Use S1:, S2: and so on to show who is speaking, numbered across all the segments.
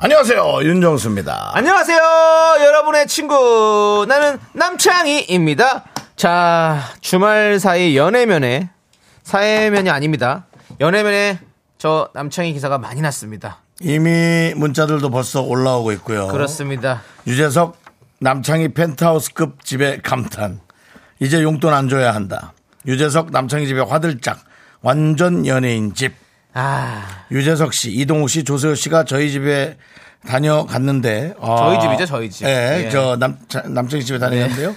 S1: 안녕하세요 윤정수입니다.
S2: 안녕하세요, 여러분의 친구. 나는 남창희입니다. 자, 주말 사이 연애면에, 사회면이 아닙니다. 연애면에 저 남창희 기사가 많이 났습니다.
S1: 이미 문자들도 벌써 올라오고 있고요.
S2: 그렇습니다.
S1: 유재석 남창희 펜트하우스급 집에 감탄. 이제 용돈 안 줘야 한다. 유재석 남창희 집에 화들짝. 완전 연예인 집.
S2: 아,
S1: 유재석 씨, 이동욱 씨, 조세호 씨가 저희 집에 다녀갔는데 아,
S2: 저희 집이죠, 저희 집.
S1: 예,
S2: 예.
S1: 저 남, 자- 남창희 집에 다녔는데요.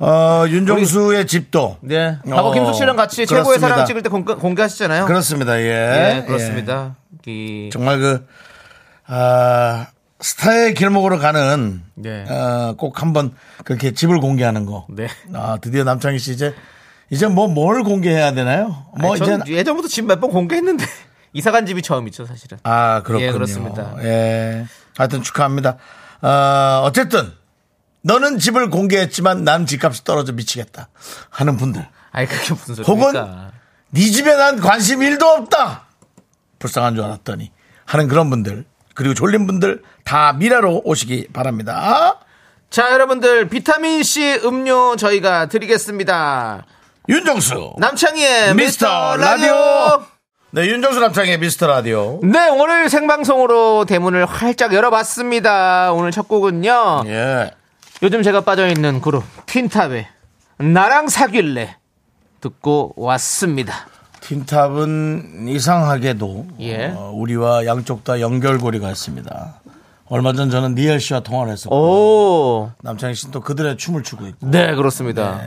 S1: 어, 윤정수의 집도.
S2: 네. 과거
S1: 어,
S2: 김숙 씨랑 같이 최고의
S1: 그렇습니다.
S2: 사랑 찍을 때 공개, 공개하시잖아요.
S1: 그렇습니다. 예.
S2: 예, 그렇습니다. 이-
S1: 예. 정말 그 아, 스타의 길목으로 가는
S2: 네.
S1: 어, 꼭 한번 그렇게 집을 공개하는 거.
S2: 네.
S1: 아, 드디어 남창희 씨 이제 이제 뭐 뭘 공개해야 되나요? 뭐
S2: 아니, 전
S1: 이제
S2: 예전부터 집 몇 번 공개했는데 이사 간 집이 처음이죠, 사실은.
S1: 아, 그렇군요.
S2: 예, 그렇습니다.
S1: 예. 하여튼 축하합니다. 어, 어쨌든 너는 집을 공개했지만 난 집값이 떨어져 미치겠다 하는 분들.
S2: 아니, 그게 무슨 소리입니까?
S1: 혹은 네 집에 난 관심 1도 없다. 불쌍한 줄 알았더니 하는 그런 분들 그리고 졸린 분들 다 미라로 오시기 바랍니다.
S2: 자, 여러분들 비타민 C 음료 저희가 드리겠습니다.
S1: 윤정수 미스터
S2: 남창희의 네, 미스터
S1: 라디오.
S2: 라디오.
S1: 네, 윤정수 남창의 미스터 라디오.
S2: 네, 오늘 생방송으로 대문을 활짝 열어봤습니다. 오늘 첫 곡은요.
S1: 예.
S2: 요즘 제가 빠져있는 그룹 틴탑의 나랑 사귈래 듣고 왔습니다.
S1: 틴탑은 이상하게도
S2: 예.
S1: 어, 우리와 양쪽 다 연결고리가 있습니다. 얼마 전 저는 니엘 씨와 통화를
S2: 어?
S1: 했었고
S2: 오,
S1: 남창희 씨는 또 그들의 춤을 추고 있고
S2: 네 그렇습니다.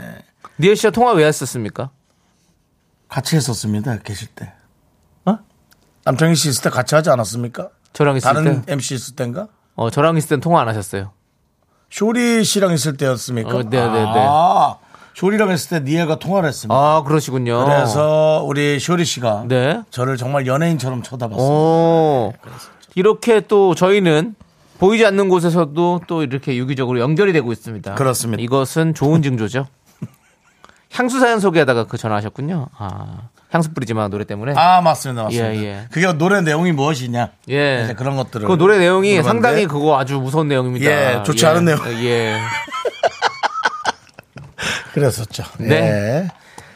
S2: 니엘 씨와 통화 왜 했었습니까?
S1: 같이 했었습니다. 계실 때. 어? 남창희 씨 있을 때 같이 하지 않았습니까?
S2: 저랑 있을
S1: 다른
S2: 때,
S1: MC 있을 때인가?
S2: 어 저랑 있을 땐 통화 안 하셨어요.
S1: 쇼리 씨랑 있을 때였습니까?
S2: 어, 네, 네, 네.
S1: 아, 쇼리랑 했을 때 니에가 통화를 했습니다.
S2: 아 그러시군요.
S1: 그래서 우리 쇼리 씨가
S2: 네.
S1: 저를 정말 연예인처럼 쳐다봤어요.
S2: 오, 이렇게 또 저희는 보이지 않는 곳에서도 또 이렇게 유기적으로 연결이 되고 있습니다.
S1: 그렇습니다.
S2: 이것은 좋은 징조죠. 향수 사연 소개하다가 그 전화하셨군요. 아, 향수 뿌리지 마 노래 때문에.
S1: 아, 맞습니다. 맞습니다.
S2: 예, 예.
S1: 그게 노래 내용이 무엇이냐?
S2: 예.
S1: 이제 네, 그런 것들을.
S2: 그 노래 내용이
S1: 물어봤는데
S2: 상당히 그거 아주 무서운 내용입니다.
S1: 예, 좋지 않은 내용.
S2: 예.
S1: 그랬었죠.
S2: 네.
S1: 예.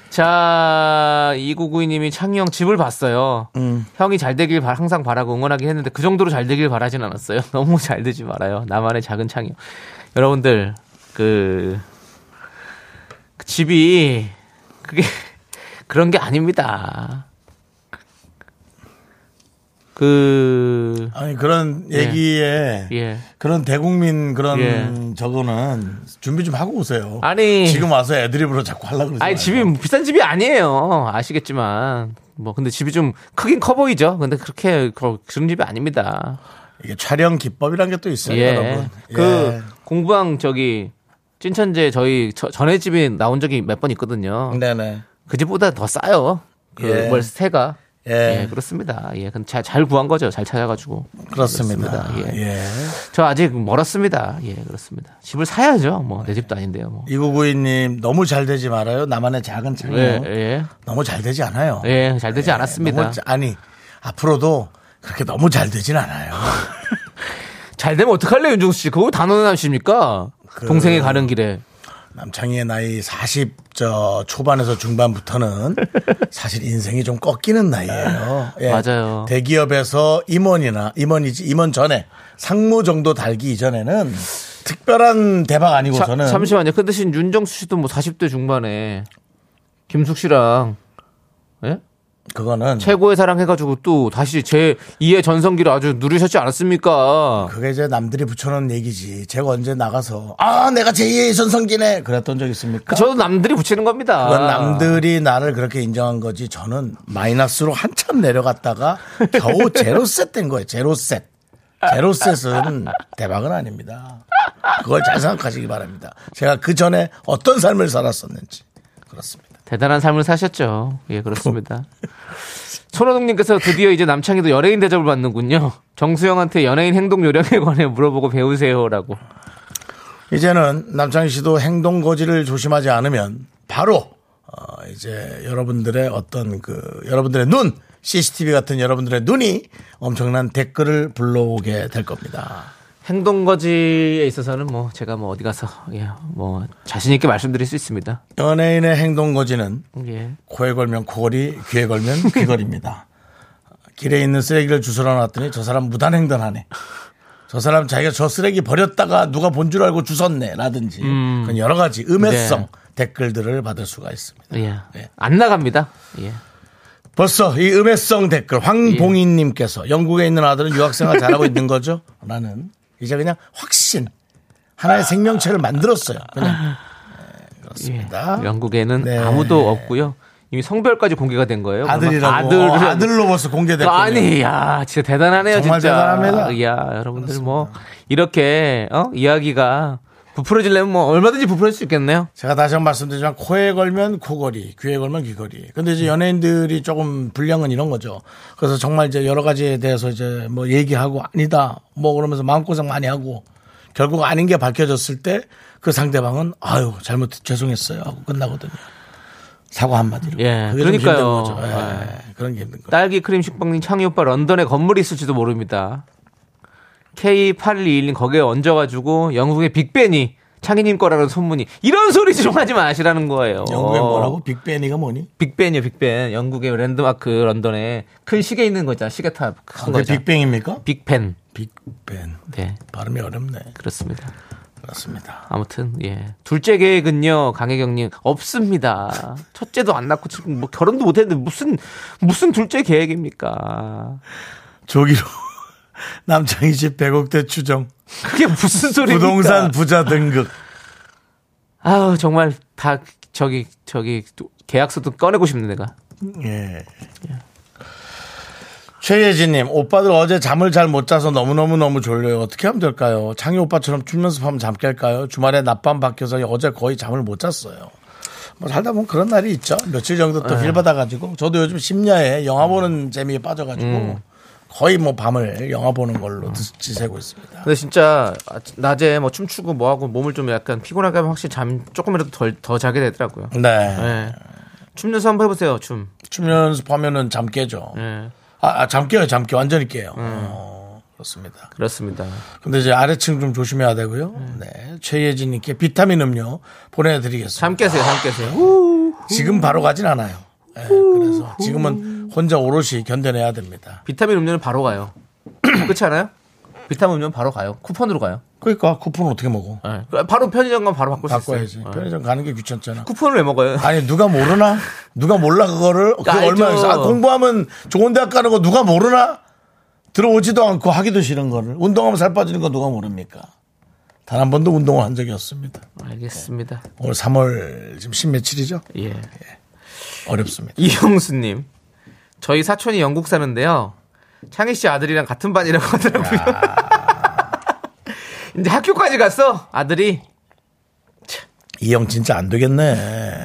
S2: 자, 2992님이 창희 형 집을 봤어요. 형이 잘 되길 바- 항상 바라고 응원하긴 했는데 그 정도로 잘 되길 바라진 않았어요. 너무 잘 되지 말아요. 나만의 작은 창희 형. 여러분들, 그, 그 집이 그게 그런 게 아닙니다. 그,
S1: 아니 그런 얘기에
S2: 예.
S1: 그런 대국민 그런
S2: 예.
S1: 저거는 준비 좀 하고 오세요.
S2: 아니.
S1: 지금 와서 애드립으로 자꾸 하려고 그러지
S2: 아니
S1: 마요.
S2: 집이 뭐 비싼 집이 아니에요. 아시겠지만. 뭐 근데 집이 좀 크긴 커 보이죠. 근데 그렇게 그- 그런 집이 아닙니다.
S1: 이게 촬영 기법이란 게 또 있어요, 여러분.
S2: 예.
S1: 예.
S2: 그 공부왕 저기 찐천재 저희 저- 전에 집이 나온 적이 몇 번 있거든요.
S1: 예. 네네.
S2: 그 집보다 더 싸요.
S1: 예.
S2: 그월 세가.
S1: 예.
S2: 예. 그렇습니다. 예, 근데 잘, 잘 구한 거죠. 잘 찾아가지고.
S1: 그렇습니다.
S2: 그렇습니다.
S1: 예.
S2: 예. 저 아직 멀었습니다. 예, 그렇습니다. 집을 사야죠. 뭐 내 집도 아닌데요. 뭐.
S1: 이구구이님 너무 잘 되지 말아요. 나만의 작은 창이
S2: 예,
S1: 요
S2: 예,
S1: 너무 잘 되지 않아요.
S2: 예, 잘 되지 않았습니다.
S1: 너무 자- 아니 앞으로도 그렇게 너무 잘 되진 않아요.
S2: 잘 되면 어떡할래, 윤종수 씨? 그거 단언은 하십니까?
S1: 그
S2: 동생이 가는 길에.
S1: 남창희의 나이 40저 초반에서 중반부터는 사실 인생이 좀 꺾이는 나이예요. 예.
S2: 맞아요.
S1: 대기업에서 임원이나 임원이지 임원 전에 상무 정도 달기 이전에는 특별한 대박 아니고
S2: 자,
S1: 뭐 저는
S2: 잠시만요. 그 대신 윤정수 씨도 뭐 40대 중반에 김숙 씨랑 예?
S1: 그거는
S2: 최고의 사랑 해가지고 또 다시 제 2의 전성기를 아주 누리셨지 않았습니까?
S1: 그게 이제 남들이 붙여놓은 얘기지. 제가 언제 나가서 아 내가 제2의 전성기네 그랬던 적 있습니까?
S2: 저도 아. 남들이 붙이는 겁니다.
S1: 그러니까. 그건 남들이 나를 그렇게 인정한 거지. 저는 마이너스로 한참 내려갔다가 겨우 제로셋 된 거예요. 제로셋. 제로셋은 대박은 아닙니다. 그걸 잘 생각하시기 바랍니다. 제가 그 전에 어떤 삶을 살았었는지 그렇습니다.
S2: 대단한 삶을 사셨죠. 예, 그렇습니다. 손호동님께서 드디어 이제 남창희도 연예인 대접을 받는군요. 정수영한테 연예인 행동 요령에 관해 물어보고 배우세요라고.
S1: 이제는 남창희 씨도 행동 거지를 조심하지 않으면 바로 어, 이제 여러분들의 어떤 그 여러분들의 눈 CCTV 같은 여러분들의 눈이 엄청난 댓글을 불러오게 될 겁니다.
S2: 행동 거지에 있어서는 뭐 제가 뭐 어디 가서 예 뭐 자신 있게 말씀드릴 수 있습니다.
S1: 연예인의 행동 거지는
S2: 예.
S1: 코에 걸면 코걸이, 귀에 걸면 귀걸입니다. 길에 있는 쓰레기를 주스러 놨더니 저 사람 무단횡단하네. 저 사람 자기가 저 쓰레기 버렸다가 누가 본 줄 알고 주웠네. 라든지. 그런 여러 가지 음해성
S2: 네.
S1: 댓글들을 받을 수가 있습니다.
S2: 예.
S1: 예.
S2: 안 나갑니다. 예.
S1: 벌써 이 음해성 댓글 황봉인님께서 영국에 있는 아들은 유학생활 잘하고 있는 거죠? 나는 이제 그냥 확신 하나의 생명체를 만들었어요. 그냥 네, 그렇습니다.
S2: 예. 영국에는
S1: 네.
S2: 아무도 없고요. 이미 성별까지 공개가 된 거예요.
S1: 아들이라고 어,
S2: 아들
S1: 아들로 벌써 공개됐군요.
S2: 아니, 야, 진짜 대단하네요,
S1: 정말
S2: 진짜.
S1: 대단합니다.
S2: 야, 여러분들 뭐 이렇게 어? 이야기가 부풀어지려면 뭐 얼마든지 부풀어질 수 있겠네요.
S1: 제가 다시 한 번 말씀드리지만 코에 걸면 코걸이, 귀에 걸면 귀걸이. 근데 이제 연예인들이 조금 불량은 이런 거죠. 그래서 정말 이제 여러 가지에 대해서 이제 뭐 얘기하고 아니다 뭐 그러면서 마음고생 많이 하고 결국 아닌 게 밝혀졌을 때 그 상대방은 아유 잘못 죄송했어요 하고 끝나거든요. 사과 한마디로.
S2: 예,
S1: 그게 좀 힘든
S2: 그러니까요. 아.
S1: 거죠. 예, 그런 게 힘든 거죠.
S2: 딸기 크림 식빵님 창희 오빠 런던에 건물이 있을지도 모릅니다. K8221님 거기에 얹어가지고 영국의 빅벤이 창희님 거라는 소문이 이런 소리 좀 하지 마시라는 거예요.
S1: 영국의
S2: 어.
S1: 뭐라고 빅뱅이가 뭐니?
S2: 빅벤이요, 빅벤. 영국의 랜드마크 런던에 큰 시계 있는 거 있잖아. 시계탑 큰
S1: 그게
S2: 거죠.
S1: 빅뱅입니까?
S2: 빅벤.
S1: 빅뱅.
S2: 네,
S1: 발음이 어렵네.
S2: 그렇습니다.
S1: 그렇습니다.
S2: 아무튼 예 둘째 계획은요 강혜경님 없습니다. 첫째도 안 낳고 지금 뭐 결혼도 못했는데 무슨 무슨 둘째 계획입니까?
S1: 조기로 남창희 씨 100억대 추정.
S2: 그게 무슨 소리입니까?
S1: 부동산 부자 등극.
S2: 아우 정말 다 저기 저기 또 계약서도 꺼내고 싶네 내가.
S1: 예. 최예진님, 오빠들 어제 잠을 잘 못 자서 너무너무너무 졸려요. 어떻게 하면 될까요? 창희 오빠처럼 춤 연습하면 잠 깰까요? 주말에 낮밤 바뀌어서 어제 거의 잠을 못 잤어요. 뭐 살다 보면 그런 날이 있죠. 며칠 정도
S2: 네.
S1: 또 힐 받아가지고. 저도 요즘 심야에 영화 보는 재미에 빠져가지고
S2: 음.
S1: 거의 뭐 밤을 영화 보는 걸로 드- 지새고 있습니다.
S2: 근데 진짜 낮에 뭐 춤추고 뭐 하고 몸을 좀 약간 피곤하게 하면 확실히 잠 조금이라도 덜 더 자게 되더라고요.
S1: 네.
S2: 예. 춤 연습 한번 해보세요 춤.
S1: 춤 연습하면은 잠 깨죠.
S2: 예.
S1: 아, 아, 잠 깨요, 잠 깨요. 완전히 깨요. 어, 그렇습니다.
S2: 그렇습니다.
S1: 근데 이제 아래층 좀 조심해야 되고요.
S2: 예.
S1: 네. 최예진님께 비타민 음료 보내드리겠습니다.
S2: 잠 깨세요 잠 깨세요.
S1: 지금 바로 가진 않아요. 예, 그래서 지금은 혼자 오롯이 견뎌내야 됩니다.
S2: 비타민 음료는 바로 가요. 그렇지 않아요? 비타민 음료는 바로 가요. 쿠폰으로 가요.
S1: 그러니까 쿠폰 어떻게 먹어?
S2: 예. 바로 편의점 가면 바로 바꿀 수
S1: 바꿔야지.
S2: 있어요. 예.
S1: 편의점 가는 게 귀찮잖아.
S2: 쿠폰을 왜 먹어요?
S1: 아니 누가 모르나? 누가 몰라 그거를? 그
S2: 알죠.
S1: 얼마나 있어? 아, 공부하면 좋은 대학 가는 거 누가 모르나? 들어오지도 않고 하기도 싫은 거를 운동하면 살 빠지는 거 누가 모릅니까? 단 한 번도 운동을 한 적이 없습니다.
S2: 알겠습니다.
S1: 오늘 3월 지금 십 며칠이죠?
S2: 예.
S1: 어렵습니다.
S2: 이형수님, 저희 사촌이 영국 사는데요. 창희 씨 아들이랑 같은 반이라고 하더라고요. 이제 학교까지 갔어 아들이.
S1: 이 형 진짜 안 되겠네.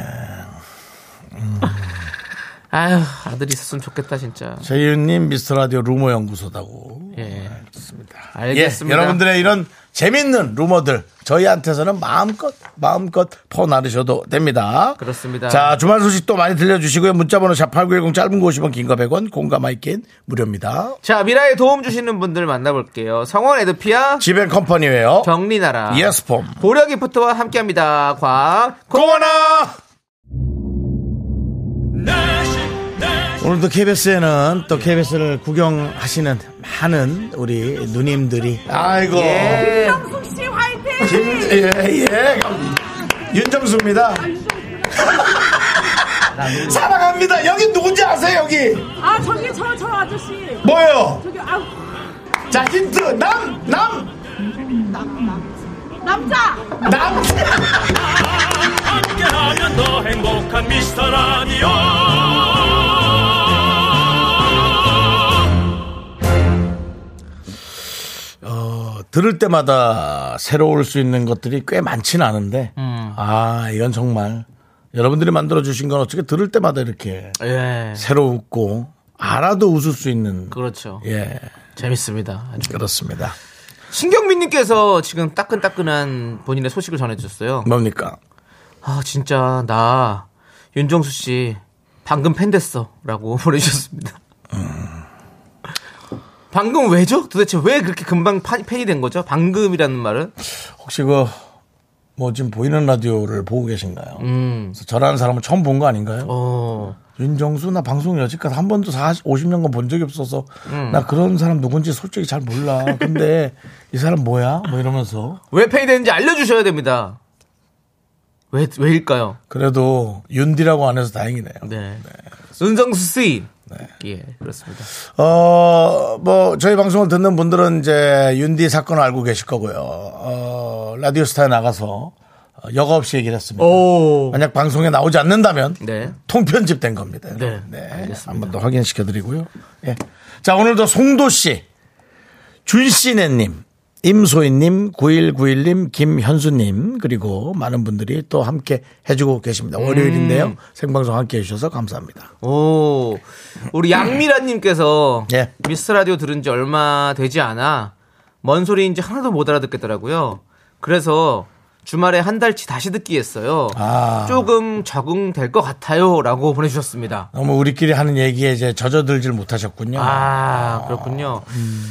S2: 아유 아들이 있었으면 좋겠다 진짜.
S1: 최윤님 미스터 라디오 루머 연구소다고.
S2: 예.
S1: 그렇습니다.
S2: 알겠습니다.
S1: 예, 여러분들의 이런 재밌는 루머들 저희한테서는 마음껏 마음껏 퍼 나르셔도 됩니다.
S2: 그렇습니다.
S1: 자 주말 소식 또 많이 들려주시고요. 문자번호 샵8910 짧은 거 50원 긴 거 100원 공감마이킨 무료입니다.
S2: 자 미라에 도움 주시는 분들 만나볼게요. 성원 에드피아,
S1: 지벤컴퍼니웨어
S2: 정리나라,
S1: 예스폼
S2: 보려기프트와 함께합니다. 과
S1: 고원아
S3: 내식 내식
S1: 오늘도 KBS에는 또 KBS를 구경하시는 많은 우리 누님들이 아이고
S2: 예.
S4: 혹시 화이팅!
S1: 예, 예. 윤정수입니다. 사랑합니다. 여기 누군지 아세요, 여기?
S4: 아 저기 저 저 아저씨
S1: 뭐예요?
S4: 저기 아
S1: 자, 힌트. 남, 남,
S4: 남자
S1: 남.
S3: 함께하면 더 행복한 미스터 라디오
S1: 어, 들을 때마다 새로울 수 있는 것들이 꽤 많진 않은데 아 이건 정말 여러분들이 만들어 주신 건 어떻게 들을 때마다 이렇게
S2: 예.
S1: 새로웠고 알아도 웃을 수 있는
S2: 그렇죠.
S1: 예
S2: 재밌습니다. 아주.
S1: 그렇습니다.
S2: 신경민님께서 지금 따끈따끈한 본인의 소식을 전해주셨어요.
S1: 뭡니까?
S2: 아 진짜 나 윤정수 씨 방금 팬 됐어라고 보내주셨습니다. 방금 왜죠? 도대체 왜 그렇게 금방 파- 팬이 된 거죠? 방금이라는 말은
S1: 혹시 그 뭐 지금 보이는 라디오를 보고 계신가요?
S2: 음,
S1: 그래서 저라는 사람을 처음 본 거 아닌가요?
S2: 어,
S1: 윤정수 나 방송 여지까지 한 번도 40, 50년간 본 적이 없어서
S2: 음.
S1: 나 그런 사람 누군지 솔직히 잘 몰라. 근데 이 사람 뭐야? 뭐 이러면서
S2: 왜 팬이 되는지 알려주셔야 됩니다. 왜 왜일까요?
S1: 그래도 윤디라고 안 해서 다행이네요.
S2: 네, 윤정수 씨. 예, 그렇습니다.
S1: 어, 뭐, 저희 방송을 듣는 분들은 이제 윤디 사건을 알고 계실 거고요. 어, 라디오 스타에 나가서 어, 여과 없이 얘기를 했습니다.
S2: 오,
S1: 만약 방송에 나오지 않는다면
S2: 네.
S1: 통편집 된 겁니다.
S2: 네, 알겠습니다.
S1: 한 번 더 확인시켜 드리고요. 예. 자, 오늘도 송도 씨, 준씨네 님, 임소희 님, 9191 님, 김현수 님, 그리고 많은 분들이 또 함께 해 주고 계십니다.
S2: 음.
S1: 월요일인데요. 생방송 함께 해 주셔서 감사합니다.
S2: 오, 우리 양미라님께서
S1: 예.
S2: 미스 라디오 들은 지 얼마 되지 않아 뭔 소리인지 하나도 못 알아듣겠더라고요. 그래서 주말에 한 달치 다시 듣기 했어요.
S1: 아.
S2: 조금 적응될 것 같아요라고 보내주셨습니다.
S1: 너무 우리끼리 하는 얘기에 이제 젖어들질 못하셨군요.
S2: 아, 그렇군요.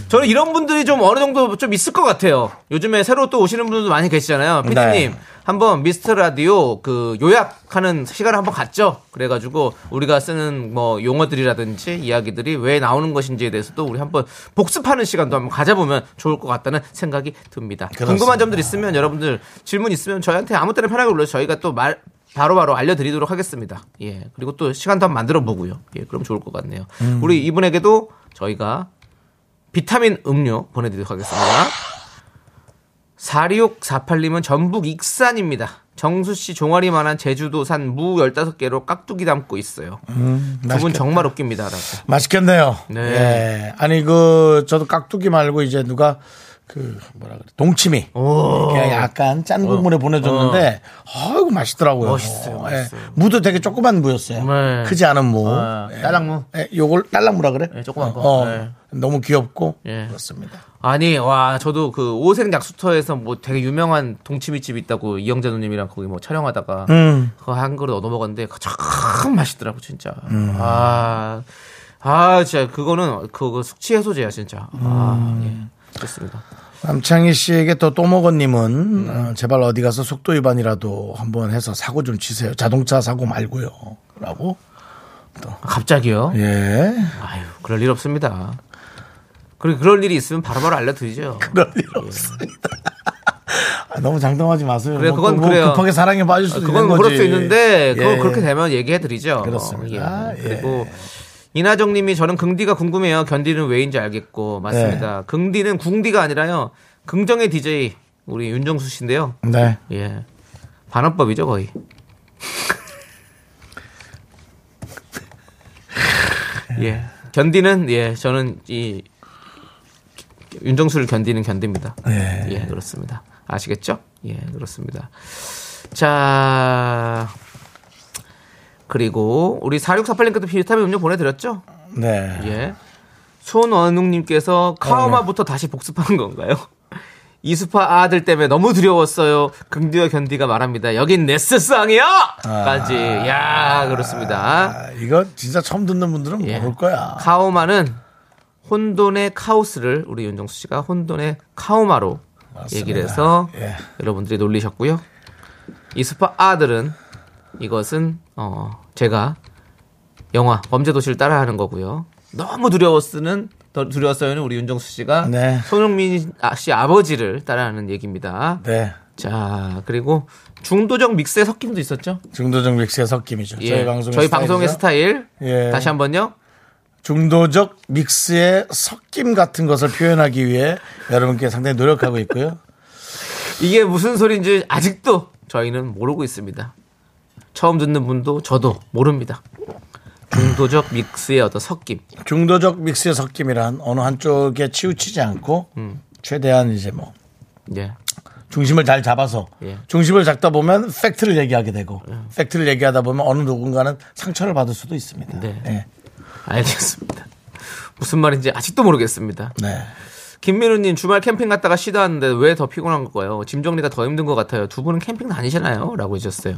S2: 저는 이런 분들이 좀 어느 정도 좀 있을 것 같아요. 요즘에 새로 또 오시는 분들도 많이 계시잖아요. 피디님,
S1: 네.
S2: 한번 미스터 라디오 그 요약하는 시간을 한번 갔죠. 그래가지고 우리가 쓰는 뭐 용어들이라든지 이야기들이 왜 나오는 것인지에 대해서도 우리 한번 복습하는 시간도 한번 가져보면 좋을 것 같다는 생각이 듭니다. 궁금한 점들 있으면 여러분들 질문 있으면 저희한테 아무 때나 편하게 불러서 저희가 또 말, 바로바로 알려드리도록 하겠습니다. 예. 그리고 또 시간도 한번 만들어 보고요. 예. 그럼 좋을 것 같네요. 우리 이분에게도 저희가 비타민 음료 보내드리도록 하겠습니다. 4648님은 전북 익산입니다. 정수씨 종아리만한 제주도산 무 15개로 깍두기 담고 있어요. 두 분
S1: 음, 맛있겠-
S2: 정말 웃깁니다. 라고.
S1: 맛있겠네요.
S2: 네.
S1: 예. 아니 그 저도 깍두기 말고 이제 누가 그 뭐라 그래 동치미 이렇게 약간 짠 국물에 보내줬는데 아이고 맛있더라고요.
S2: 어. 멋있어요,
S1: 예.
S2: 맛있어요.
S1: 무도 되게 조그만 무였어요.
S2: 네.
S1: 크지 않은 무.
S2: 네, 딸랑무.
S1: 예, 요걸 딸랑무라 그래?
S2: 네, 조그만 거.
S1: 어,
S2: 네.
S1: 너무 귀엽고
S2: 예.
S1: 그렇습니다.
S2: 아니, 와, 저도 그 오색 약수터에서 뭐 되게 유명한 동치미집 있다고 이영재 누님이랑 거기 뭐 촬영하다가
S1: 음.
S2: 그거 한 그릇 얻어 먹었는데 그거 참 맛있더라고, 진짜.
S1: 음.
S2: 아, 아, 진짜 그거는 그거 숙취 해소제야, 진짜. 아,
S1: 음.
S2: 예. 좋습니다.
S1: 남창희 씨에게 또 또먹어님은 어, 제발 어디 가서 속도 위반이라도 한번 해서 사고 좀 치세요. 자동차 사고 말고요.라고
S2: 아, 갑자기요?
S1: 예.
S2: 아유, 그럴 일 없습니다. 그리고 그럴 일이 있으면 바로바로 알려드리죠.
S1: 그럴 일 없습니다. 아, 너무 장담하지 마세요.
S2: 그래,
S1: 뭐
S2: 그건
S1: 또 뭐
S2: 그래요.
S1: 급하게 사랑에 빠질 수도
S2: 아, 그건
S1: 있는
S2: 그럴
S1: 거지.
S2: 수 있는데 그거
S1: 예.
S2: 그렇게 되면 얘기해 드리죠.
S1: 그렇습니다. 예.
S2: 그리고 이나정님이 저는 긍디가 궁금해요. 견디는 왜인지 알겠고 맞습니다.
S1: 네.
S2: 긍디는 궁디가 아니라요. 긍정의 DJ 우리 윤정수 씨인데요.
S1: 네.
S2: 예, 반환법이죠 거의. 예, 견디는 예 저는 이 윤정수를 견디는 견디입니다.
S1: 예.
S2: 예, 그렇습니다. 아시겠죠? 예, 그렇습니다. 자, 그리고 우리 4648님께도 비타민 음료 보내드렸죠?
S1: 네.
S2: 예. 손원웅님께서 카오마부터 다시 복습한 건가요? 이수파 아들 때문에 너무 두려웠어요. 긍디와 견디가 말합니다. 여긴 네스쌍이야! 까지. 야 그렇습니다.
S1: 아, 이거 진짜 처음 듣는 분들은
S2: 예.
S1: 모를 거야.
S2: 카오마는 혼돈의 카오스를 우리 윤정수 씨가 혼돈의 카오마로 얘기를 해서
S1: 예.
S2: 여러분들이 놀리셨고요. 이스파 아들은 이것은 어 제가 영화 범죄도시를 따라하는 거고요. 너무 두려웠으는 더 두려웠어요는 우리 윤정수 씨가
S1: 네.
S2: 손흥민 아- 씨 아버지를 따라하는 얘기입니다.
S1: 네.
S2: 자 그리고 중도적 믹스의 섞임도 있었죠.
S1: 중도적 믹스의 섞임이죠. 네, 저희 방송의 스타일이죠.
S2: 예. 방송의 스타일
S1: 예.
S2: 다시 한번요.
S1: 중도적 믹스의 섞임 같은 것을 표현하기 위해 여러분께 상당히 노력하고 있고요.
S2: 이게 무슨 소리인지 아직도 저희는 모르고 있습니다. 처음 듣는 분도 저도 모릅니다. 중도적 믹스의 어떤 섞임. 음.
S1: 중도적 믹스의 섞임이란 어느 한쪽에 치우치지 않고 최대한 이제 뭐
S2: 예.
S1: 중심을 잘 잡아서
S2: 예.
S1: 중심을 잡다 보면 팩트를 얘기하게 되고 팩트를 얘기하다 보면 어느 누군가는 상처를 받을 수도 있습니다.
S2: 네.
S1: 네.
S2: 알겠습니다. 무슨 말인지 아직도 모르겠습니다.
S1: 네.
S2: 김민우님 주말 캠핑 갔다가 쉬다 왔는데 왜 더 피곤한 거예요? 짐 정리가 더 힘든 것 같아요. 두 분은 캠핑 다니시나요? 라고 해주셨어요.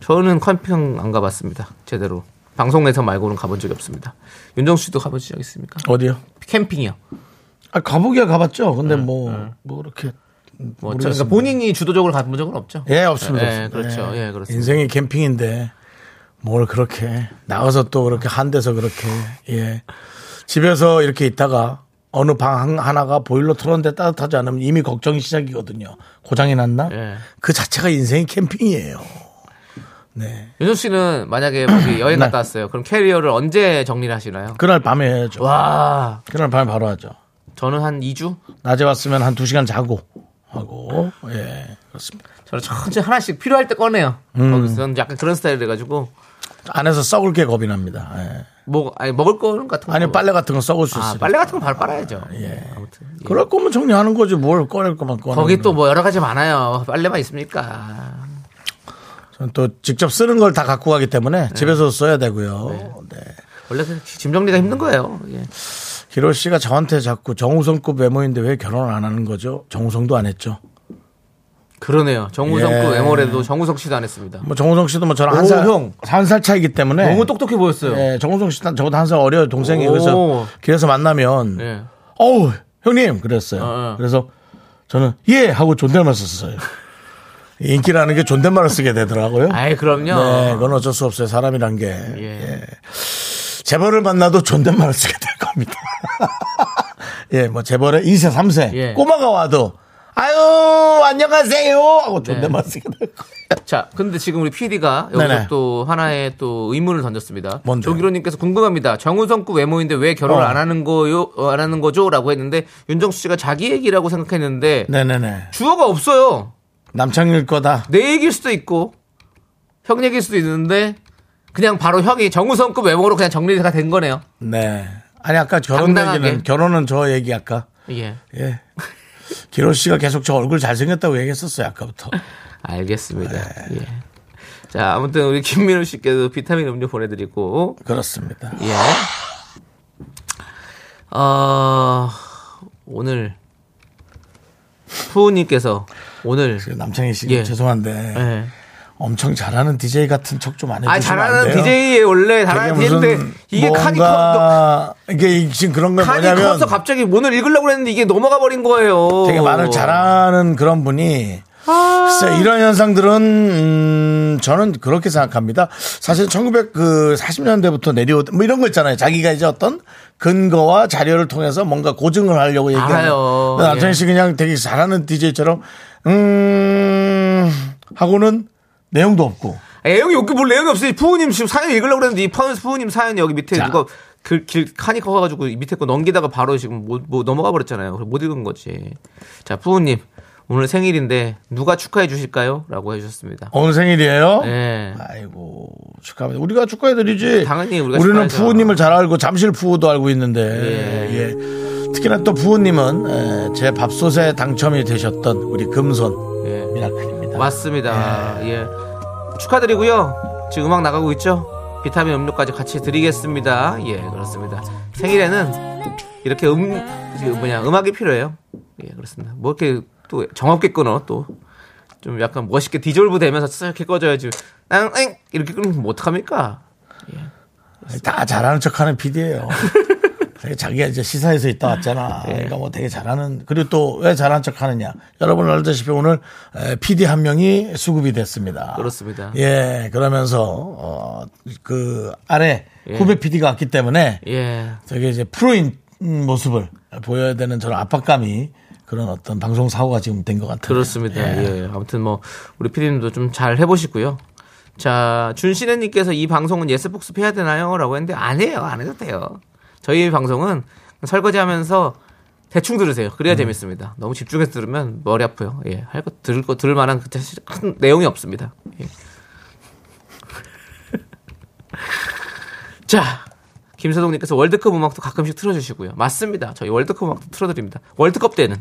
S2: 저는 캠핑 안 가봤습니다. 제대로 방송에서 말고는 가본 적이 없습니다. 윤정수 씨도 가보신 적 있습니까?
S1: 어디요?
S2: 캠핑이요.
S1: 아, 가보기야 가봤죠. 근데 뭐, 뭐, 이렇게.
S2: 예. 뭐
S1: 모르겠습니다.
S2: 그러니까 본인이 주도적으로 가본 적은 없죠.
S1: 예, 없습니다.
S2: 예,
S1: 없습니다.
S2: 그렇죠. 예, 그렇습니다.
S1: 인생이 캠핑인데 뭘 그렇게 나가서 또 그렇게 한 데서 그렇게 예. 집에서 이렇게 있다가 어느 방 한- 하나가 보일러 틀었는데 따뜻하지 않으면 이미 걱정이 시작이거든요. 고장이 났나?
S2: 예.
S1: 그 자체가 인생이 캠핑이에요. 네.
S2: 윤정수 씨는 만약에 거기 여행 갔다 왔어요. 그럼 캐리어를 언제 정리를 하시나요?
S1: 그날 밤에 해야죠.
S2: 와,
S1: 그날 밤에 바로 하죠.
S2: 저는 한 2주?
S1: 낮에 왔으면 한 두 시간 자고 하고 예 그렇습니다.
S2: 저는 천천히 하나씩 필요할 때 꺼내요. 거기서 저는 약간 그런 스타일이 돼가지고
S1: 안에서 썩을 게 겁이 납니다. 예.
S2: 뭐 아니 먹을 거 같은 거
S1: 아니 빨래 같은 거 썩을 수
S2: 아,
S1: 있어요.
S2: 빨래 같은 거 바로 빨아야죠. 아무튼 예.
S1: 그럴 거면 정리하는 거지 뭘 꺼낼 거만 꺼내.
S2: 거기 또 뭐 여러 가지 많아요. 빨래만 있습니까?
S1: 또 직접 쓰는 걸 다 갖고 가기
S2: 네.
S1: 때문에 집에서 써야 되고요. 네.
S2: 원래 그짐 정리가 힘든 거예요. 예.
S1: 기로 씨가 저한테 자꾸 정우성급 외모인데 왜 결혼을 안 하는 거죠? 정우성도 안 했죠.
S2: 그러네요. 정우성
S1: 예.
S2: 그 외모래도 정우성 씨도 안 했습니다.
S1: 뭐 정우성 씨도 뭐 저랑
S2: 오,
S1: 한 살
S2: 형.
S1: 한 살 차이기 때문에
S2: 너무 똑똑해 보였어요.
S1: 예, 정우성 씨는 저보다 한 살 어려요 동생이
S2: 오.
S1: 그래서 길에서 만나면
S2: 예.
S1: 어우 형님 그랬어요.
S2: 어, 어.
S1: 그래서 저는 예 하고 존댓말 썼어요. 인기라는 게 존댓말을 쓰게 되더라고요.
S2: 아이 그럼요.
S1: 네, 그건 어쩔 수 없어요. 사람이란 게
S2: 예.
S1: 재벌을 만나도 존댓말을 쓰게 될 겁니다. 예, 뭐 재벌의 2세, 3세
S2: 예.
S1: 꼬마가 와도 아유 안녕하세요 하고 존댓말 쓰게 될 거예요.
S2: 자, 근데 지금 우리 PD가 여기서
S1: 네네.
S2: 또 하나의 또 의문을 던졌습니다.
S1: 뭔데요?
S2: 조기로님께서 궁금합니다. 정우성급 외모인데 왜 결혼을
S1: 어.
S2: 안 하는 거요? 어, 안 하는 거죠?라고 했는데 윤정수 씨가 자기 얘기라고 생각했는데
S1: 네네네.
S2: 주어가 없어요.
S1: 남창일 거다.
S2: 내 얘기일 수도 있고 형 얘기일 수도 있는데 그냥 바로 형이 정우성급 외모로 그냥 정리가 된 거네요.
S1: 네. 아니 아까 결혼
S2: 당당하게.
S1: 얘기는 결혼은 저 얘기 아까
S2: 예,
S1: 예. 기로 씨가 계속 저 얼굴 잘생겼다고 얘기했었어요 아까부터.
S2: 알겠습니다. 예. 자, 아무튼 우리 김민호 씨께도 비타민 음료 보내드리고
S1: 그렇습니다.
S2: 예. 어, 오늘 푸우님께서 오늘
S1: 남창희 씨
S2: 예.
S1: 죄송한데
S2: 예.
S1: 네, 엄청 잘하는 DJ 같은 척 좀 안 해주시면
S2: 아
S1: 안
S2: 잘하는
S1: 돼요?
S2: DJ 원래
S1: 되게
S2: 잘하는
S1: 무슨
S2: DJ인데 이게 칸이 커
S1: 뭔가 이게 지금 그런 건
S2: 칸이
S1: 뭐냐면
S2: 커서 갑자기 오늘 읽으려고 했는데 이게 넘어가 아. 버린 거예요.
S1: 되게 말을 잘하는 그런 분이 글쎄 이런 현상들은 음, 저는 그렇게 생각합니다. 사실 1940년대부터 내려오 뭐 이런 거 있잖아요. 자기가 이제 어떤 근거와 자료를 통해서 뭔가 고증을 하려고 얘기하는.
S2: 알아요.
S1: 근데 남창희
S2: 예.
S1: 씨 그냥 되게 잘하는 DJ처럼 음 하고는 내용도 없고
S2: 내용이 없고 뭘 내용이 없으니 푸우님 지금 사연 읽으려고 그랬는데 이 푸- 푸우님 사연 여기 밑에 누가 그, 길 칸이 커가지고 이 밑에 거 넘기다가 바로 지금 뭐, 뭐 넘어가 버렸잖아요. 그래서 못 읽은 거지. 자 푸우님 오늘 생일인데 누가 축하해 주실까요?라고 해주셨습니다.
S1: 오늘 생일이에요.
S2: 예.
S1: 아이고 축하합니다. 우리가 축하해드리지.
S2: 당연히 우리가
S1: 는
S2: 축하하죠.
S1: 부모님을 잘 알고 잠실 부호도 알고 있는데 예. 특히나 또 부모님은 에, 제 밥솥에 당첨이 되셨던 우리 금손
S2: 예.
S1: 미라클입니다.
S2: 맞습니다. 예. 축하드리고요. 지금 음악 나가고 있죠? 비타민 음료까지 같이 드리겠습니다. 예, 그렇습니다. 생일에는 이렇게 음, 그 뭐냐, 음악이 필요해요. 예, 그렇습니다. 뭐 이렇게 또 정없게 끊어, 또. 좀 약간 멋있게 디졸브 되면서 쓱 이렇게 꺼져야지. 땅, 엥! 이렇게 끊으면 뭐 어떡합니까?
S1: 다 잘하는 척하는 PD예요. 자기가 이제 시사에서 있다 왔잖아.
S2: 예.
S1: 그러니까 뭐 되게 잘하는 그리고 또 왜 잘하는 척하느냐. 여러분 알다시피 오늘 에, PD 한 명이 수급이 됐습니다.
S2: 그렇습니다.
S1: 예, 그러면서 어, 그 아래 후배 PD가 왔기 때문에
S2: 예.
S1: 되게 이제 프로인 모습을 보여야 되는 저런 압박감이 그런 어떤 방송 사고가 지금 된 것 같아요.
S2: 그렇습니다. 예. 아무튼 뭐 우리 피디님도 좀 잘 해보시고요. 자 준신혜님께서 이 방송은 예스복스 해야 되나요?라고 했는데 안 해요, 안 해도 돼요. 저희 방송은 설거지하면서 대충 들으세요. 그래야 재밌습니다. 너무 집중해서 들으면 머리 아파요. 예, 할 거 들을 거 들을 만한 그 사실 큰 내용이 없습니다. 예. 자 김서동님께서 월드컵 음악도 가끔씩 틀어주시고요. 맞습니다. 저희 월드컵 음악도 틀어드립니다. 월드컵 때는.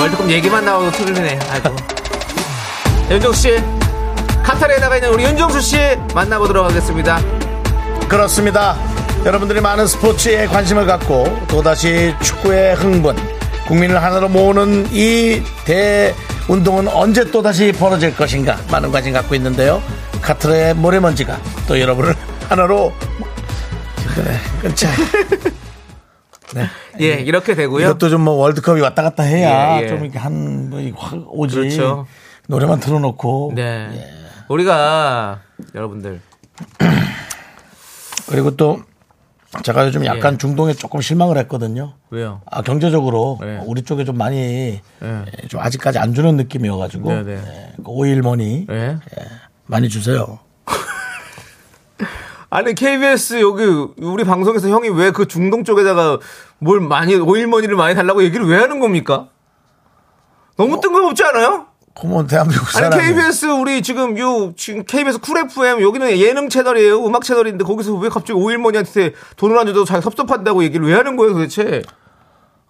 S2: 월드컵 얘기만 나와도 틀리네. 아이고. 윤정수 씨, 카타르에 나가 있는 우리 윤정수 씨 만나보도록 하겠습니다.
S1: 그렇습니다. 여러분들이 많은 스포츠에 관심을 갖고 또다시 축구의 흥분, 국민을 하나로 모으는 이 대운동은 언제 또다시 벌어질 것인가 많은 관심 갖고 있는데요. 카트의 모래먼지가 또 여러분을 하나로 그래, 끊자.
S2: 예, 이렇게 되고요.
S1: 이것도 좀 뭐 월드컵이 왔다 갔다 해야
S2: 예, 예.
S1: 좀 이렇게 한뭐 분이 확 오지.
S2: 그렇죠.
S1: 노래만 틀어놓고
S2: 네.
S1: 예.
S2: 우리가 여러분들
S1: 그리고 또 제가 요즘
S2: 예.
S1: 약간 중동에 조금 실망을 했거든요.
S2: 왜요?
S1: 아, 경제적으로
S2: 네.
S1: 우리 쪽에 좀 많이 예, 좀 아직까지 안 주는 느낌이어가지고
S2: 네, 네.
S1: 예, 그 오일머니
S2: 예?
S1: 많이 주세요.
S2: 아니 KBS 여기 우리 방송에서 형이 왜 그 중동 쪽에다가 뭘 많이 오일머니를 많이 달라고 얘기를 왜 하는 겁니까? 너무
S1: 어.
S2: 뜬금없지 않아요?
S1: 그러면 대한민국
S2: 아니
S1: 사람
S2: KBS 우리 지금 요 지금 KBS 쿨 FM 여기는 예능 채널이에요 음악 채널인데 거기서 왜 갑자기 오일머니한테 돈을 안 줘도 자기 섭섭한다고 얘기를 왜 하는 거예요 도대체?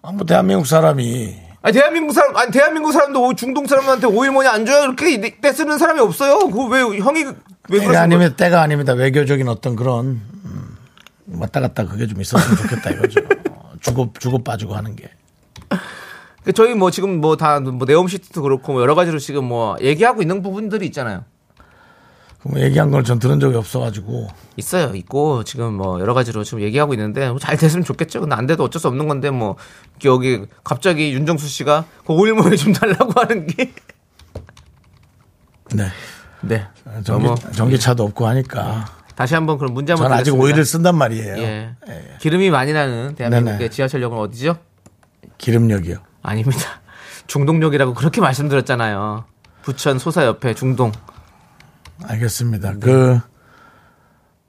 S1: 아무 뭐 대한민국 사람이
S2: 아니 대한민국 사람 아니 대한민국 사람도 오- 중동 사람한테 오일머니 안 줘야 이렇게 떼- 떼쓰는 사람이 없어요. 그 왜 형이 왜
S1: 때가
S2: 그러는 거예요?
S1: 아닙니다. 때가 아닙니다. 외교적인 어떤 그런 음, 왔다 갔다 그게 좀 있었으면 좋겠다 이거죠. 어, 주고 주고 빠지고 하는 게.
S2: 그 저희 뭐 지금 뭐 다 뭐 네옴 시트도 그렇고 뭐 여러 가지로 지금 뭐 얘기하고 있는 부분들이 있잖아요.
S1: 그럼 뭐 얘기한 걸 전 들은 적이 없어가지고
S2: 있어요. 있고 지금 뭐 여러 가지로 지금 얘기하고 있는데 뭐잘 됐으면 좋겠죠. 근데 안 돼도 어쩔 수 없는 건데 뭐 여기 갑자기 윤정수 씨가 그 오일머니 좀 달라고 하는 게
S1: 네
S2: 네.
S1: 전기,
S2: 너무
S1: 전기차도 없고 하니까
S2: 다시 한번 그럼 문제 한번
S1: 전 아직
S2: 드리겠습니다.
S1: 오일을 쓴단 말이에요.
S2: 예. 기름이 많이 나는 대한민국의
S1: 네네.
S2: 지하철역은 어디죠?
S1: 기름력이요.
S2: 아닙니다. 중동역이라고 그렇게 말씀드렸잖아요. 부천 소사 옆에 중동.
S1: 알겠습니다. 그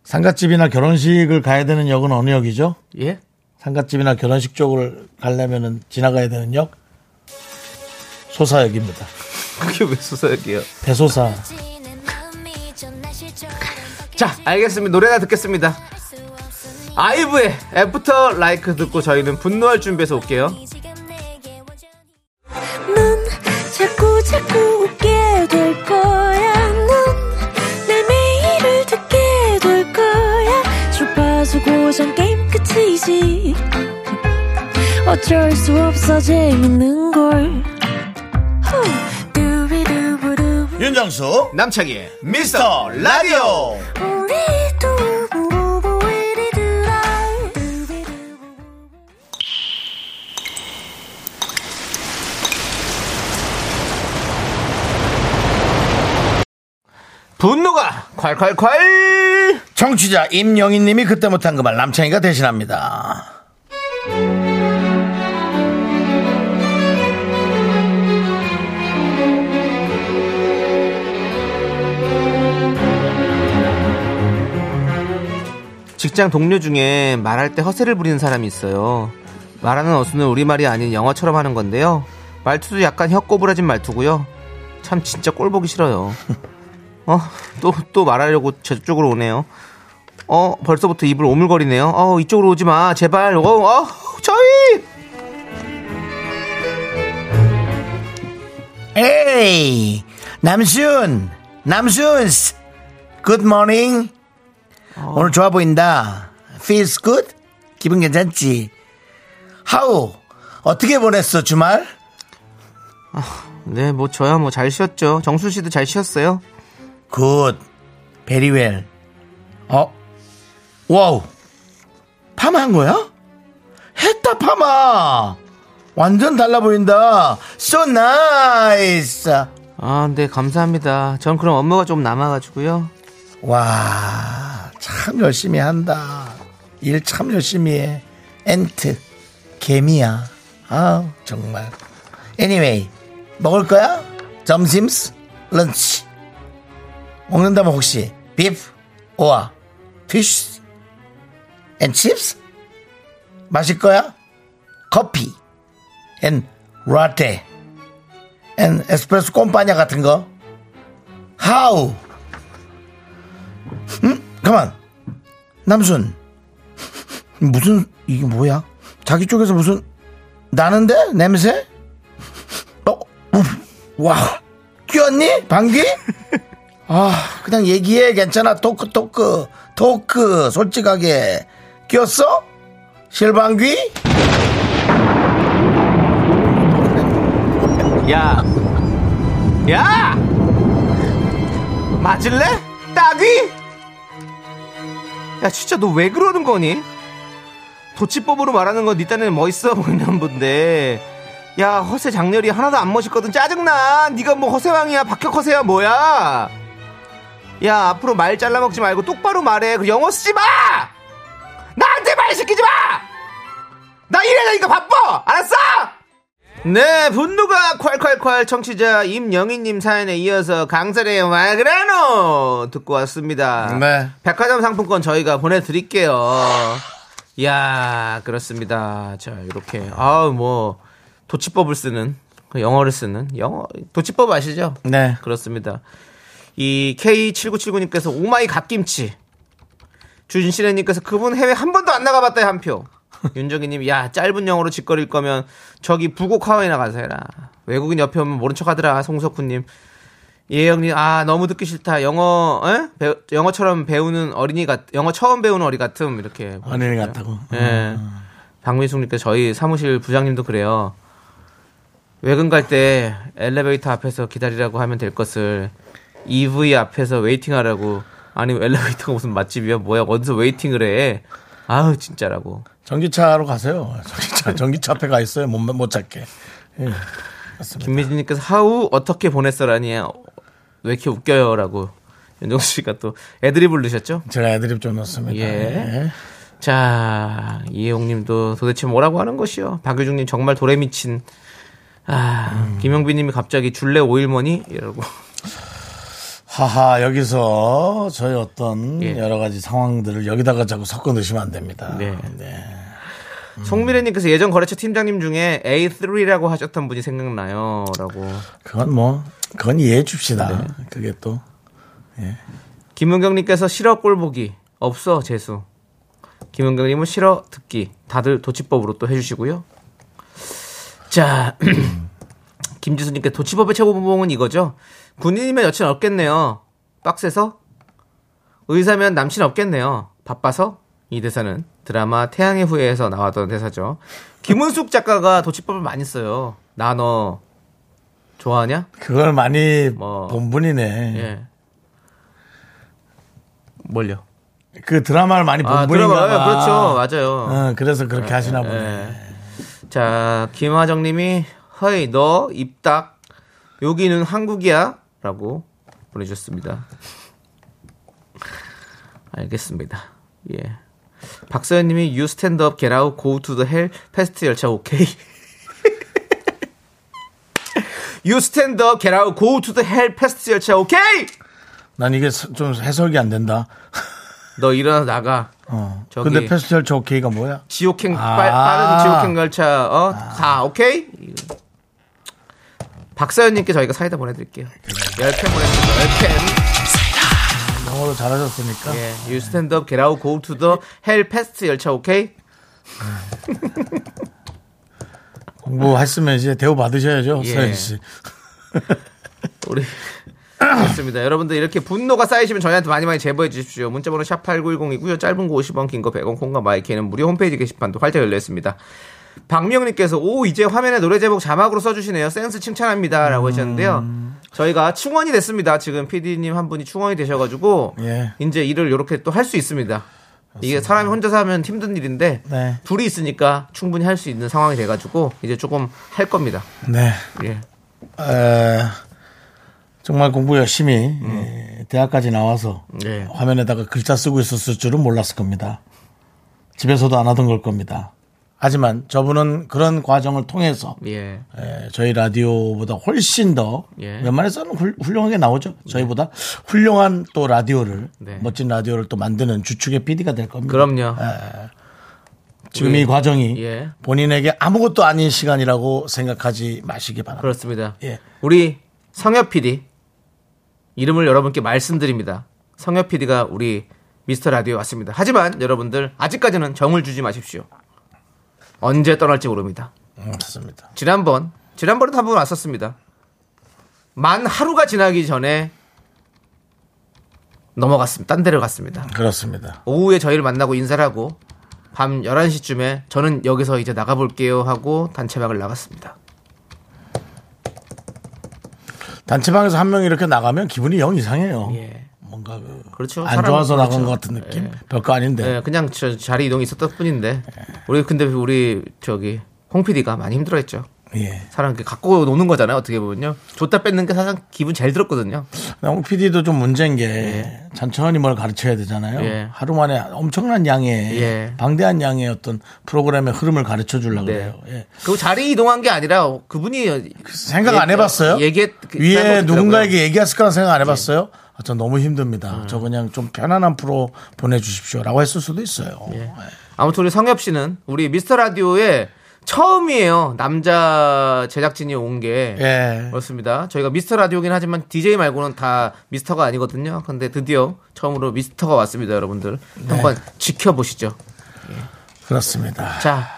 S1: 상갓집이나 결혼식을 가야 되는 역은 어느 역이죠?
S2: 예?
S1: 상갓집이나 결혼식 쪽을 가려면은 지나가야 되는 역 소사역입니다.
S2: 그게 왜 소사역이에요?
S1: 대소사.
S2: 자, 알겠습니다. 노래나 듣겠습니다. 아이브의 애프터 라이크 듣고 저희는 분노할 준비해서 올게요.
S5: 넌 자꾸 자꾸 웃게 될 거야. 넌내 매일을 듣게 될 거야. 주파수 고정 게임 끝이지. 어쩔 수 없어 재밌는 걸. 후. 두비두부두.
S1: 윤정수
S2: 남창희의 미스터 라디오
S5: 우리 두부부부 우리 두라. 두비두부부.
S2: 분노가 콸콸콸
S1: 정취자 임영희님이 그때 못한 그 말 남창희가 대신합니다.
S2: 직장 동료 중에 말할 때 허세를 부리는 사람이 있어요 말하는 어수는 우리말이 아닌 영어처럼 하는 건데요 말투도 약간 혀꼬부라진 말투고요 참 진짜 꼴보기 싫어요 어또 또 말하려고 저쪽으로 오네요 어 벌써부터 입을 오물거리네요 어 이쪽으로 오지 마 제발 어, 어 저희
S1: 에이 남순 남순 굿모닝 오늘 좋아 보인다 feels good 기분 괜찮지 how 어떻게 보냈어 주말
S2: 네 뭐 저야 뭐 잘 쉬었죠 정수 씨도 잘 쉬었어요
S1: 굿 very well 어 와우 파마한 거야 했다 파마 완전 달라 보인다 so nice
S2: 아, 네, 감사합니다. 전 그럼 업무가 좀 남아가지고요.
S1: 와, 참 열심히 한다. 일 참 열심히 해. 엔트, 개미야. 아 정말. Anyway, 먹을 거야? 점심스? 런치? 먹는다면 혹시, 비프, 오아, 피쉬, 앤 칩스? 마실 거야? 커피, 앤 라떼, 앤 에스프레소 꼼파냐 같은 거? How? 가만 남순 무슨 이게 뭐야? 자기 쪽에서 무슨 나는데 냄새? 어? 와 끼었니 방귀? 아 그냥 얘기해 괜찮아 토크 토크 토크 솔직하게 끼었어? 실방귀?
S2: 야, 야, 맞을래? 따귀? 야, 진짜 너 왜 그러는 거니? 도치법으로 말하는 건네 딴에는 뭐 멋있어 보이는 분데, 야 허세 장렬이 하나도 안 멋있거든 짜증나. 네가 뭐 허세왕이야, 박혁 허세야 뭐야? 야 앞으로 말 잘라먹지 말고 똑바로 말해. 그 영어 쓰지 마. 나한테 말 시키지 마. 나 일하자니까 바빠. 알았어? 네, 분노가 콸콸콸 청취자 임영희님 사연에 이어서 강설의 와그라노 듣고 왔습니다.
S1: 네.
S2: 백화점 상품권 저희가 보내드릴게요. 이야, 그렇습니다. 자, 이렇게. 아우, 뭐, 도치법을 쓰는, 그 영어를 쓰는, 영어, 도치법 아시죠?
S1: 네.
S2: 그렇습니다. 이 K7979님께서 오마이 갓김치. 주진실애님께서 그분 해외 한 번도 안 나가봤다에 한 표. 윤정희님, 야, 짧은 영어로 짓거릴 거면 저기 북옥 하와이나 가서 해라. 외국인 옆에 오면 모른 척 하더라. 송석훈님. 예영님, 아, 너무 듣기 싫다. 영어, 에? 배- 영어처럼 배우는 어린이 같, 영어 처음 배우는 어리 같음. 이렇게.
S1: 어린이 같다고. 음.
S2: 예. 박민숙님께서 저희 사무실 부장님도 그래요. 외근 갈 때 엘리베이터 앞에서 기다리라고 하면 될 것을 EV 앞에서 웨이팅하라고. 아니 엘리베이터가 무슨 맛집이야? 뭐야? 어디서 웨이팅을 해? 아우 진짜라고.
S1: 전기차로 가세요. 전기차 전기차 앞에 가 있어요. 못 못 찾게.
S2: 김미진님께서 하우 어떻게 보냈어라니 어, 왜 이렇게 웃겨요라고 윤종 씨가 또 애드립을 넣으셨죠?
S1: 제가 애드립 좀 넣습니다. 네.
S2: 예. 자, 이혜용님도 도대체 뭐라고 하는 것이요? 박유중님 정말 도래 미친. 아, 김영빈님이 갑자기 줄레 오일머니 이러고.
S1: 하하 여기서 저희 어떤
S2: 예.
S1: 여러 가지 상황들을 여기다가 자꾸 섞어 넣으시면 안 됩니다.
S2: 네. 송미래님께서 예전 거래처 팀장님 중에 A3라고 하셨던 분이 생각나요라고.
S1: 그건 뭐 그건 이해해 줍시다.
S2: 네.
S1: 그게 또
S2: 김은경님께서 싫어 꼴 보기 없어 재수. 김은경님은 싫어 듣기. 다들 도치법으로 또 해주시고요. 자, 김지수님께 도치법의 최고봉은 이거죠. 군인이면 여친 없겠네요. 빡세서 의사면 남친 없겠네요. 바빠서 이 대사는 드라마 태양의 후예에서 나왔던 대사죠. 김은숙 작가가 도치법을 많이 써요. 나 너 좋아하냐?
S1: 그걸 많이
S2: 뭐.
S1: 본 분이네.
S2: 예. 뭘요?
S1: 그 드라마를 많이 본
S2: 아,
S1: 분인가
S2: 들어봐요.
S1: 봐.
S2: 그렇죠. 맞아요. 예,
S1: 어, 그래서 그렇게 하시나 보네.
S2: 자, 김화정 님이 허이 너 입닥 여기는 한국이야라고 보내 주셨습니다. 알겠습니다. 예. 박서연 님이 유 스탠드업 겟아웃 고우 투더 헬 패스트 열차 오케이. 유 스탠드업 겟아웃 고우 투더 헬 패스트 열차 오케이.
S1: 난 이게 서- 좀 해석이 안 된다.
S2: 너 일어나 나가.
S1: 어.
S2: 저기-
S1: 근데 페스티벌 저 오케이가 뭐야?
S2: 지옥행
S1: 아.
S2: 빨- 빠른 지옥행 열차 어? 가 오케이 박사연님께 저희가 사이다 보내드릴게요 열캔 보내드릴게요 열캔
S1: 영어로 잘하셨으니까.
S2: 예, You stand up, get out, go to the hell fast 열차 오케이
S1: 공부했으면 이제 대우 받으셔야죠.
S2: 예.
S1: 서현 씨.
S2: 우리 좋습니다 여러분들 이렇게 분노가 쌓이시면 저희한테 많이 많이 제보해 주십시오 문자번호 샵 8910이고요 짧은 거 50원 긴 거 100원 콩과 마이크는 무료 홈페이지 게시판도 활짝 열려있습니다 박명님께서 오 이제 화면에 노래 제목 자막으로 써주시네요 센스 칭찬합니다라고 하셨는데요 저희가 충원이 됐습니다 지금 PD님 한 분이 충원이 되셔가지고
S1: 예.
S2: 이제 일을 이렇게 또 할 수 있습니다 이게 사람이 혼자서 하면 힘든 일인데
S1: 네.
S2: 둘이 있으니까 충분히 할 수 있는 상황이 돼가지고 이제 조금 할 겁니다
S1: 네.
S2: 예.
S1: 에, 정말 공부 열심히
S2: 음.
S1: 예, 대학까지 나와서
S2: 예.
S1: 화면에다가 글자 쓰고 있었을 줄은 몰랐을 겁니다. 집에서도 안 하던 걸 겁니다. 하지만 저분은 그런 과정을 통해서
S2: 예.
S1: 예, 저희 라디오보다 훨씬 더
S2: 예.
S1: 웬만해서는 훌, 륭하게 나오죠. 저희보다 훌륭한 또 라디오를
S2: 네.
S1: 멋진 라디오를 또 만드는 주축의 PD가 될 겁니다.
S2: 그럼요
S1: 지금 이 과정이
S2: 예.
S1: 본인에게 아무것도 아닌 시간이라고 생각하지 마시기 바랍니다.
S2: 그렇습니다.
S1: 예.
S2: 우리 성엽 PD 이름을 여러분께 말씀드립니다. 성엽 PD가 우리 미스터 라디오에 왔습니다. 하지만 여러분들 아직까지는 정을 주지 마십시오. 언제 떠날지 모릅니다.
S1: 음, 맞습니다.
S2: 지난번 지난번에도 한번 왔었습니다. 만 하루가 지나기 전에 넘어갔습니다. 딴 데를 갔습니다.
S1: 그렇습니다.
S2: 오후에 저희를 만나고 인사를 하고 밤 11시쯤에 저는 여기서 이제 나가볼게요 하고 단체방을 나갔습니다.
S1: 단체방에서 한 명 이렇게 나가면 기분이 영 이상해요.
S2: 예.
S1: 뭔가 그
S2: 그렇죠.
S1: 안
S2: 사람-
S1: 좋아서 나간
S2: 그렇죠.
S1: 것 같은 느낌?
S2: 예.
S1: 별거 아닌데.
S2: 예, 그냥 저 자리 이동이 있었던 뿐인데 우리 근데 우리 저기 홍 PD가 많이 힘들어했죠.
S1: 예.
S2: 사람 이렇게 갖고 노는 거잖아요. 어떻게 보면요. 줬다 뺏는 게 사실 기분 제일 들었거든요.
S1: 홍 PD도 좀 문제인 게 천천히 뭘 가르쳐야 되잖아요.
S2: 예.
S1: 하루 만에 엄청난 양의
S2: 예.
S1: 방대한 양의 어떤 프로그램의 흐름을 가르쳐 주려고
S2: 네.
S1: 그래요. 예.
S2: 그 자리 이동한 게 아니라 그분이
S1: 생각 안
S2: 얘기-
S1: 해봤어요?
S2: 얘기했- 그런
S1: 위에
S2: 것도 예.
S1: 누군가에게 얘기했을 거란 생각 안 해봤어요? 아, 저 너무
S2: 음.
S1: 힘듭니다. 저 그냥 좀 편안한 프로 보내주십시오. 라고 했을 수도 있어요. 예.
S2: 아무튼 우리 성엽 씨는 우리 미스터 라디오에 처음이에요. 남자 제작진이 온 게.
S1: 예.
S2: 그렇습니다. 저희가 미스터 라디오긴 하지만 DJ 말고는 다 미스터가 아니거든요. 근데 드디어 처음으로 미스터가 왔습니다, 여러분들. 한번 지켜보시죠.
S1: 그렇습니다.
S2: 자,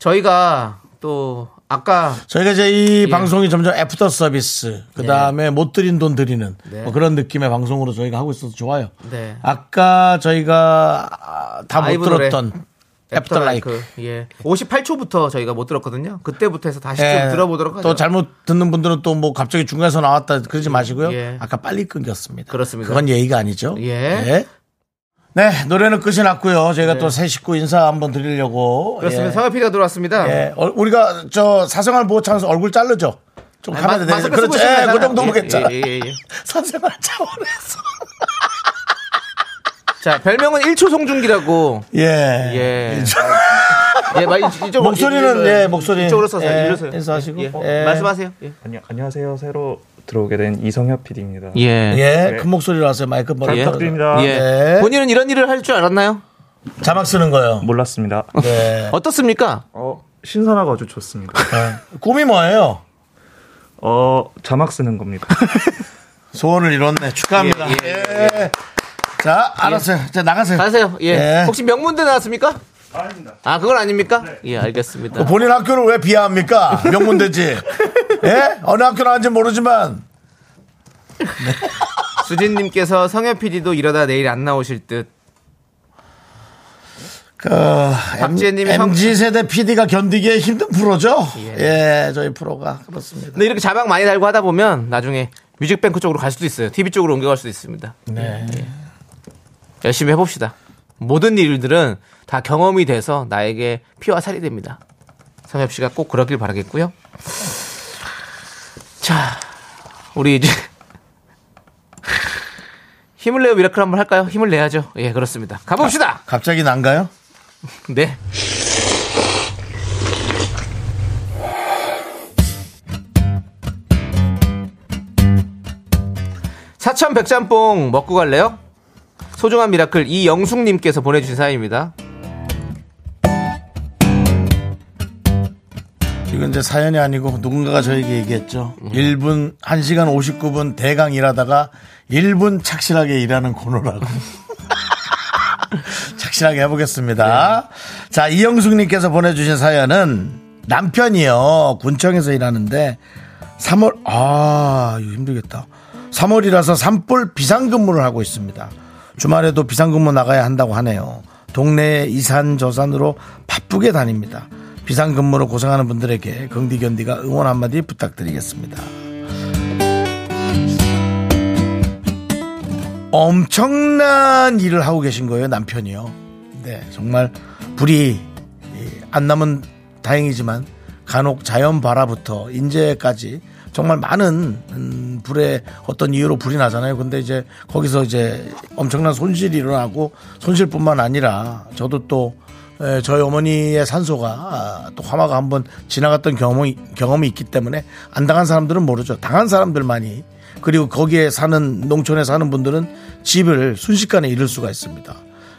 S2: 저희가 또 아까
S1: 저희가 이제 이
S2: 예.
S1: 방송이 점점 애프터 서비스, 그 다음에 못 드린 돈 드리는
S2: 네.
S1: 뭐 그런 느낌의 방송으로 저희가 하고 있어서 좋아요.
S2: 네.
S1: 아까 저희가 다 못
S2: 아이브 노래.
S1: 들었던 애프터
S2: 애프터라이크
S1: 라이크.
S2: 예. 58초부터 저희가 못 들었거든요. 그때부터 해서 다시
S1: 예.
S2: 좀 들어보도록 하죠.
S1: 또 잘못 듣는 분들은 또 뭐 갑자기 중간에서 나왔다 그러지 마시고요.
S2: 예.
S1: 아까 빨리 끊겼습니다.
S2: 그렇습니다.
S1: 그건 예의가 아니죠.
S2: 예.
S1: 네, 노래는 끝이 났고요. 저희가 또 새 식구 인사 한번 드리려고.
S2: 네. 그렇습니다.
S1: 예.
S2: 성엽 PD가 들어왔습니다.
S1: 예. 어, 우리가 저 사생활 보호 차원에서 얼굴 자르죠. 좀
S2: 아니,
S1: 카메라
S2: 마-
S1: 대고
S2: 마스크
S1: 그렇죠.
S2: 쓰고
S1: 예,
S2: 있으면
S1: 그 정도면
S2: 예,
S1: 괜찮아.
S2: 예, 예, 예.
S1: 사생활 차원에서.
S2: 자, 별명은 1초 송중기라고.
S1: 예.
S2: 예.
S1: 일조-
S2: 예, 마- 이- 이쪽
S1: 목소리는,
S2: 이쪽으로-
S1: 예, 목소리.
S2: 이쪽으로 써서
S1: 예,
S2: 일로 서요.
S1: 인사하시고.
S2: 예, 예.
S1: 예.
S2: 말씀하세요. 예.
S6: 안녕, 안녕하세요. 새로 들어오게 된 이성엽 PD입니다.
S1: 예.
S6: 네.
S1: 큰 목소리로 하세요. 마이크
S6: 잘
S1: 머리.
S6: 부탁드립니다.
S2: 예.
S1: 예.
S2: 본인은 이런 일을 할 줄 알았나요?
S1: 자막 쓰는 거요.
S6: 몰랐습니다.
S1: 네.
S2: 어떻습니까?
S6: 어, 신선하고 아주 좋습니다.
S1: 예. 꿈이 뭐예요?
S6: 어, 자막 쓰는 겁니다.
S1: 소원을 이뤘네. 축하합니다.
S2: 예, 예, 예.
S1: 자, 알았어요. 자, 나가세요.
S2: 가세요. 예.
S1: 예.
S2: 혹시 명문대 나왔습니까? 아, 그건 아닙니까? 예, 알겠습니다.
S1: 본인 학교를 왜 비하합니까? 명문대지. 예? 어느 학교 나왔는지 모르지만.
S2: 수진님께서 성현 PD도 이러다 내일 안 나오실 듯.
S1: 그,
S2: 박지혜님이
S1: MG 세대 PD가 견디기에 힘든 프로죠?
S2: 예.
S1: 예, 저희 프로가. 그렇습니다.
S2: 근데 이렇게 자막 많이 달고 하다 보면 나중에 뮤직뱅크 쪽으로 갈 수도 있어요. TV 쪽으로 옮겨갈 수도 있습니다. 예.
S1: 네.
S2: 열심히 해봅시다. 모든 일들은 다 경험이 돼서 나에게 피와 살이 됩니다. 성엽 씨가 꼭 그러길 바라겠고요. 자, 우리 이제 힘을 내요 미라클 한번 할까요? 힘을 내야죠. 예, 그렇습니다. 가봅시다.
S1: 갑자기 난가요?
S2: 네. 사천 백짬뽕 먹고 갈래요? 소중한 미라클 이영숙님께서 보내주신 사연입니다.
S1: 이건 이제 사연이 아니고 누군가가 저에게 얘기했죠.
S2: 음.
S1: 1분, 1시간 59분 대강 일하다가 1분 착실하게 일하는 코너라고. 착실하게 해보겠습니다.
S2: 예.
S1: 자, 이영숙님께서 보내주신 사연은 남편이요. 군청에서 일하는데 3월, 아, 이거 힘들겠다. 3월이라서 산불 비상근무를 하고 있습니다. 주말에도 비상근무 나가야 한다고 하네요. 동네에 이산, 저산으로 바쁘게 다닙니다. 비상근무로 고생하는 분들에게 긍디견디가 응원 한마디 부탁드리겠습니다. 엄청난 일을 하고 계신 거예요, 남편이요. 네, 정말 불이 예, 안 남은 다행이지만 간혹 자연 발화부터 인재까지 정말 많은 음, 불에 어떤 이유로 불이 나잖아요. 근데 이제 거기서 이제 엄청난 손실이 일어나고 손실뿐만 아니라 저도 또 에, 저희 어머니의 산소가 아, 또 화마가 한번 지나갔던 경험이, 경험이 있기 때문에 안 당한 사람들은 모르죠. 당한 사람들만이 그리고 거기에 사는 농촌에 사는 분들은 집을 순식간에 잃을 수가 있습니다.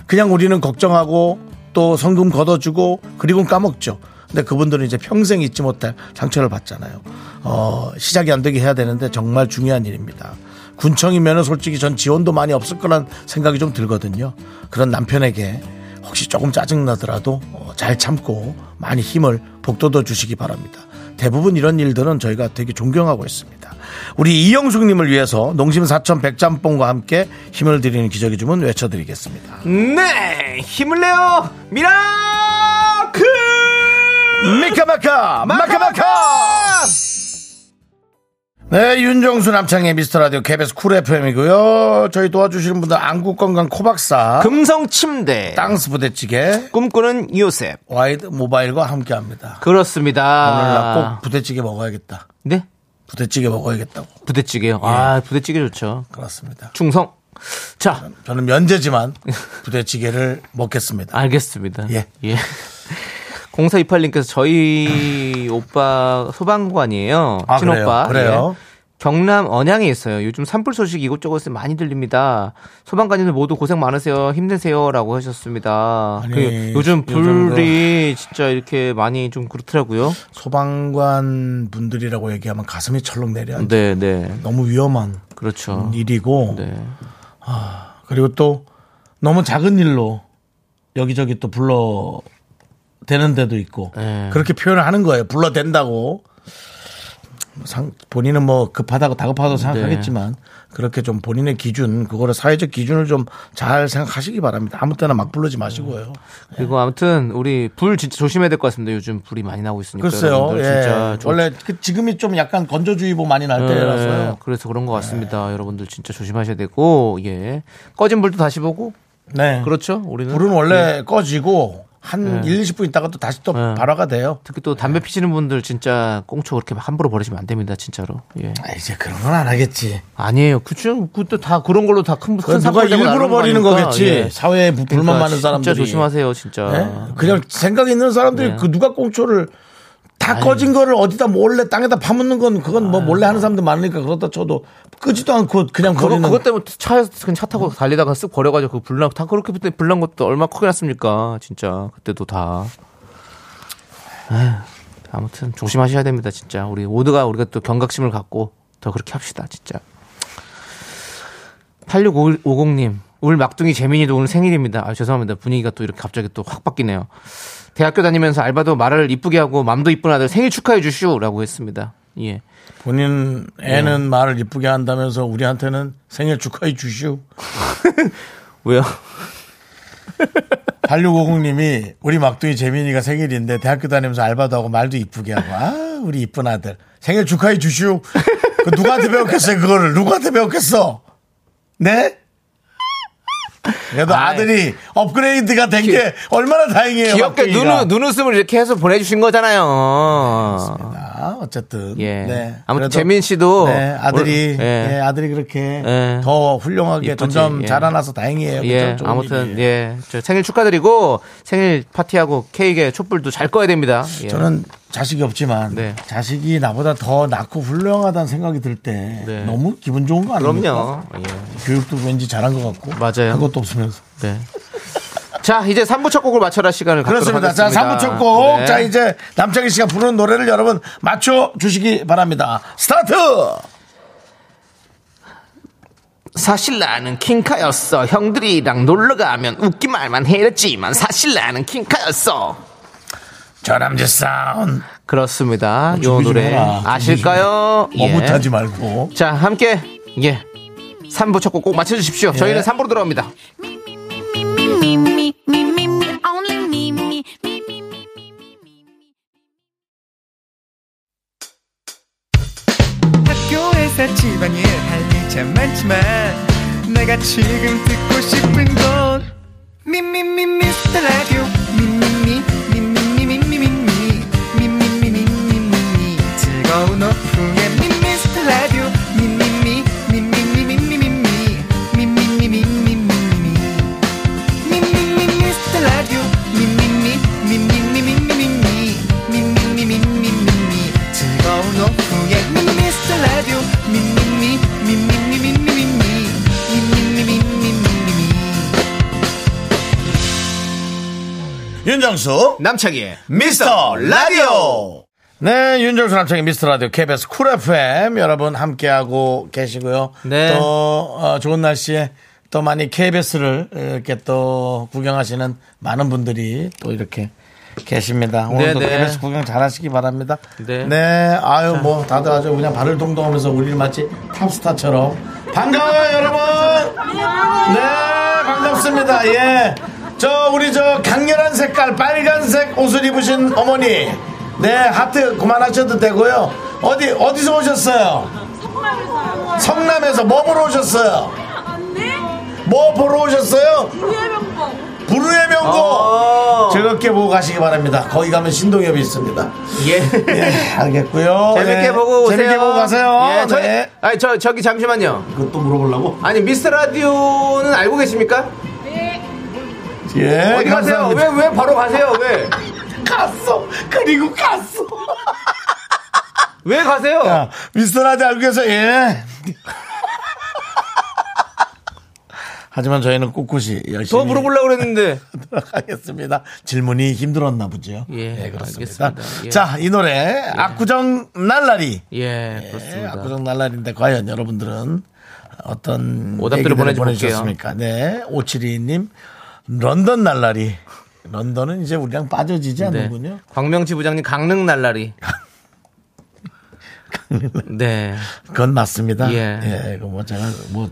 S1: 그냥 우리는 걱정하고 또 성금 걷어주고 그리고 까먹죠. 근데 그분들은 이제 평생 잊지 못할 상처를 받잖아요. 어, 시작이 안 되게 해야 되는데 정말 중요한 일입니다. 군청이면은 솔직히 전 지원도 많이 없을 거란 생각이 좀 들거든요. 그런 남편에게 혹시 조금 짜증나더라도 어, 잘 참고 많이 힘을 북돋워 주시기 바랍니다. 대부분 이런 일들은 저희가 되게 존경하고 있습니다. 우리 이영숙님을 위해서 농심 사천 백짬뽕과 함께 힘을 드리는 기적의 주문 외쳐드리겠습니다.
S2: 네 힘을 내요 미라클
S1: 미카마카 마카마카 네 윤정수 남창의 미스터라디오 KBS 쿨 FM이고요 저희 도와주시는 분들 안구건강 코박사
S2: 금성 침대
S1: 땅스 부대찌개
S2: 꿈꾸는 요셉
S1: 와이드 모바일과 함께합니다 오늘
S2: 그렇습니다
S1: 나꼭 부대찌개 먹어야겠다
S2: 네
S1: 부대찌개 먹어야겠다고
S2: 부대찌개요 아
S1: 예.
S2: 부대찌개 좋죠
S1: 그렇습니다
S2: 충성 자
S1: 저는 면제지만 부대찌개를 먹겠습니다
S2: 아. 알겠습니다.
S1: 예.
S2: 공사 이팔님께서 저희 오빠 소방관이에요.
S1: 아,
S2: 친오빠.
S1: 그래요?
S2: 예.
S1: 그래요?
S2: 경남 언양에 있어요. 요즘 산불 소식 이곳저곳에 많이 들립니다. 소방관님들 모두 고생 많으세요. 힘내세요라고 하셨습니다.
S1: 아니,
S2: 그 요즘
S1: 요즘
S2: 불이 진짜 이렇게 많이 좀 그렇더라고요.
S1: 소방관 분들이라고 얘기하면 가슴이 철렁 내려앉아
S2: 네, 네.
S1: 너무 위험한
S2: 그렇죠.
S1: 음, 일이고
S2: 네.
S1: 그리고 또 너무 작은 일로 여기저기 또 불러 대는 데도 있고
S2: 예.
S1: 그렇게 표현을 하는 거예요. 불러 댄다고. 상- 본인은 뭐 급하다고 다급하다고
S2: 네.
S1: 생각하겠지만 그렇게 좀 본인의 기준 그거를 사회적 기준을 좀 잘 생각하시기 바랍니다. 아무 때나 막 부르지 마시고요.
S2: 그리고 아무튼 우리 불 진짜 조심해야 될 것 같습니다. 요즘 불이 많이 나고 있으니까.
S1: 글쎄요.
S2: 여러분들
S1: 예.
S2: 진짜 좀
S1: 원래 그 지금이 좀 약간 건조주의보 많이 날
S2: 네,
S1: 때라서요. 네.
S2: 그래서 그런 것 같습니다. 여러분들 진짜 조심하셔야 되고, 예. 꺼진 불도 다시 보고,
S1: 네.
S2: 그렇죠. 예. 우리는.
S1: 불은 원래 꺼지고 한 1, 20분 있다가 또 다시 또
S2: 예.
S1: 발화가 돼요.
S2: 특히 또 담배
S1: 네.
S2: 피시는 분들 진짜 꽁초 그렇게 막 함부로 버리시면 안 됩니다, 진짜로. 예.
S1: 아, 이제 그런 건 안 하겠지.
S2: 아니에요. 그쵸. 그것도 다 그런 걸로 다 큰, 큰
S1: 그건 누가
S2: 사건 되고
S1: 일부러
S2: 나는 거
S1: 버리는
S2: 아닙니까?
S1: 거겠지.
S2: 예.
S1: 사회에 부- 불만
S2: 그러니까
S1: 많은 사람들이.
S2: 진짜 조심하세요, 진짜.
S1: 네? 그냥 생각 있는 사람들이
S2: 네.
S1: 그 누가 꽁초를 다 꺼진 거를 어디다 몰래 땅에다 파묻는 건 그건 뭐 몰래 하는 사람들 많으니까 그렇다 쳐도 끄지도 않고 그냥
S2: 그거,
S1: 버리는
S2: 그것 때문에 차에서 그냥 차 타고 달리다가 쓱 버려가지고 그 불난, 다 그렇게 그때 불난 것도 얼마 크게 났습니까? 진짜. 그때도 다. 에휴, 아무튼 조심하셔야 됩니다, 진짜. 우리 모두가 우리가 또 경각심을 갖고 더 그렇게 합시다, 진짜. 8650님, 울 막둥이 재민이도 오늘 생일입니다. 아, 죄송합니다. 분위기가 또 이렇게 갑자기 또 확 바뀌네요. 대학교 다니면서 알바도 말을 이쁘게 하고 맘도 이쁜 아들 생일 축하해 주시오라고 했습니다. 예.
S1: 본인 애는 말을 이쁘게 한다면서 우리한테는 생일 축하해 주시오.
S2: 왜요?
S1: 8650님이 우리 막둥이 재민이가 생일인데 대학교 다니면서 알바도 하고 말도 이쁘게 하고 아 우리 이쁜 아들 생일 축하해 주시오. 그 누구한테 배웠겠어요 그거를 누구한테 배웠겠어? 네? 그래도
S2: 아이.
S1: 아들이 업그레이드가 된 게 얼마나 다행이에요.
S2: 귀엽게
S1: 막둥이가.
S2: 눈, 눈웃음을 이렇게 해서 보내주신 거잖아요.
S1: 아, 어쨌든
S2: 예.
S1: 네. 그래도-
S2: 아무튼 재민 씨도
S1: 네, 아들이
S2: 오늘- 예.
S1: 예, 아들이 그렇게
S2: 예.
S1: 더 훌륭하게
S2: 이쁘지,
S1: 점점
S2: 예.
S1: 자라나서 다행이에요. 그죠?
S2: 예,
S1: 좋은
S2: 아무튼
S1: 일이에요.
S2: 예, 저 생일 축하드리고 생일 파티하고 케이크에 촛불도 잘 꺼야 됩니다. 예.
S1: 저는 자식이 없지만
S2: 네.
S1: 자식이 나보다 더 낳고 훌륭하다는 생각이 들 때
S2: 네.
S1: 너무 기분 좋은 거 아닙니까?
S2: 그럼요. 예.
S1: 교육도 왠지 잘한 것 같고
S2: 맞아요.
S1: 한 것도 없으면서
S2: 네. 자, 이제 3부 첫 곡을 맞춰라 시간을 갖도록
S1: 그렇습니다. 자,
S2: 하겠습니다.
S1: 3부 첫 곡.
S2: 네.
S1: 자, 이제 남창희 씨가 부르는 노래를 여러분 맞춰 주시기 바랍니다. 스타트!
S2: 사실 나는 킹카였어. 형들이랑 놀러 가면 웃기 말만 해랬지만 사실 나는 킹카였어.
S1: 저남자 사운.
S2: 그렇습니다. 요
S1: 아, 준비 좀
S2: 노래
S1: 해라.
S2: 아실까요? 예.
S1: 어뭇하지 말고.
S2: 자, 함께 예. 3부 첫 곡 꼭 맞춰 주십시오. 저희는 3부로 돌아옵니다.
S5: me, me, me, me, me, only me, me, me, me, me.
S7: 학교에서 집안일 할 일 참 많지만 내가 지금 듣고 싶은 건 미미미 미스터 라디오 미미미 미미미 미미미 미미미 미미미 즐거운 오후에 미스터 라디오 미미미 미미미 미미미 미미미 미미미
S1: 윤정수.
S2: 남창희의
S1: 미스터 라디오. 네, 윤정수 남창의 미스터 라디오 KBS 쿨 FM 여러분 함께하고 계시고요.
S2: 네.
S1: 또 어, 좋은 날씨에 또 많이 KBS를 이렇게 또 구경하시는 많은 분들이 또 이렇게 계십니다. 오늘도
S2: 네, 네.
S1: KBS 구경 잘하시기 바랍니다.
S2: 네.
S1: 아유 뭐 다들 아주 그냥 발을 동동하면서 우리를 마치 탑스타처럼 반가워요 여러분. 네, 반갑습니다. 예. 저, 우리 저 강렬한 색깔, 빨간색 옷을 입으신 어머니. 네, 하트 그만하셔도 되고요. 어디, 어디서 오셨어요? 성남에서 뭐 보러 오셨어요?
S4: 안돼
S1: 뭐 보러 오셨어요?
S4: 우리의 네? 명곡
S1: 불후의 명곡! 즐겁게 보고 가시기 바랍니다. 거기 가면 신동엽이 있습니다.
S2: 예.
S1: 예, 알겠고요.
S2: 재밌게
S1: 예,
S2: 보고 오세요.
S1: 재밌게 보고 가세요.
S2: 예, 저희,
S1: 네.
S2: 아니, 저, 저기 잠시만요.
S1: 그것도 물어보려고?
S2: 아니, 미스터 라디오는 알고 계십니까?
S1: 예.
S2: 어디 가세요?
S1: 감사합니다.
S2: 왜, 왜 바로 가세요? 왜?
S1: 갔어. 그리고 갔어.
S2: 왜 가세요?
S1: 야, 아, 미스터라디 알고 계세요? 예. 하지만 저희는 꿋꿋이 열심히
S2: 더 물어보려고 그랬는데.
S1: 하겠습니다. 질문이 힘들었나 보죠. 네,
S2: 예,
S1: 그렇습니다.
S2: 알겠습니다. 예.
S1: 자, 이 노래 악구정 날라리.
S2: 예,
S1: 예,
S2: 그렇습니다.
S1: 악구정 날라리인데 과연 여러분들은 어떤
S2: 오답들을
S1: 얘기들을
S2: 보내주고
S1: 보내주셨습니까? 네, 5722님 런던 날라리. 런던은 이제 우리랑 빠져지지
S2: 네.
S1: 않는군요.
S2: 광명지 부장님 강릉 날라리. 네.
S1: 그건 맞습니다.
S2: 예.
S1: 예, 이거 뭐 제가 뭐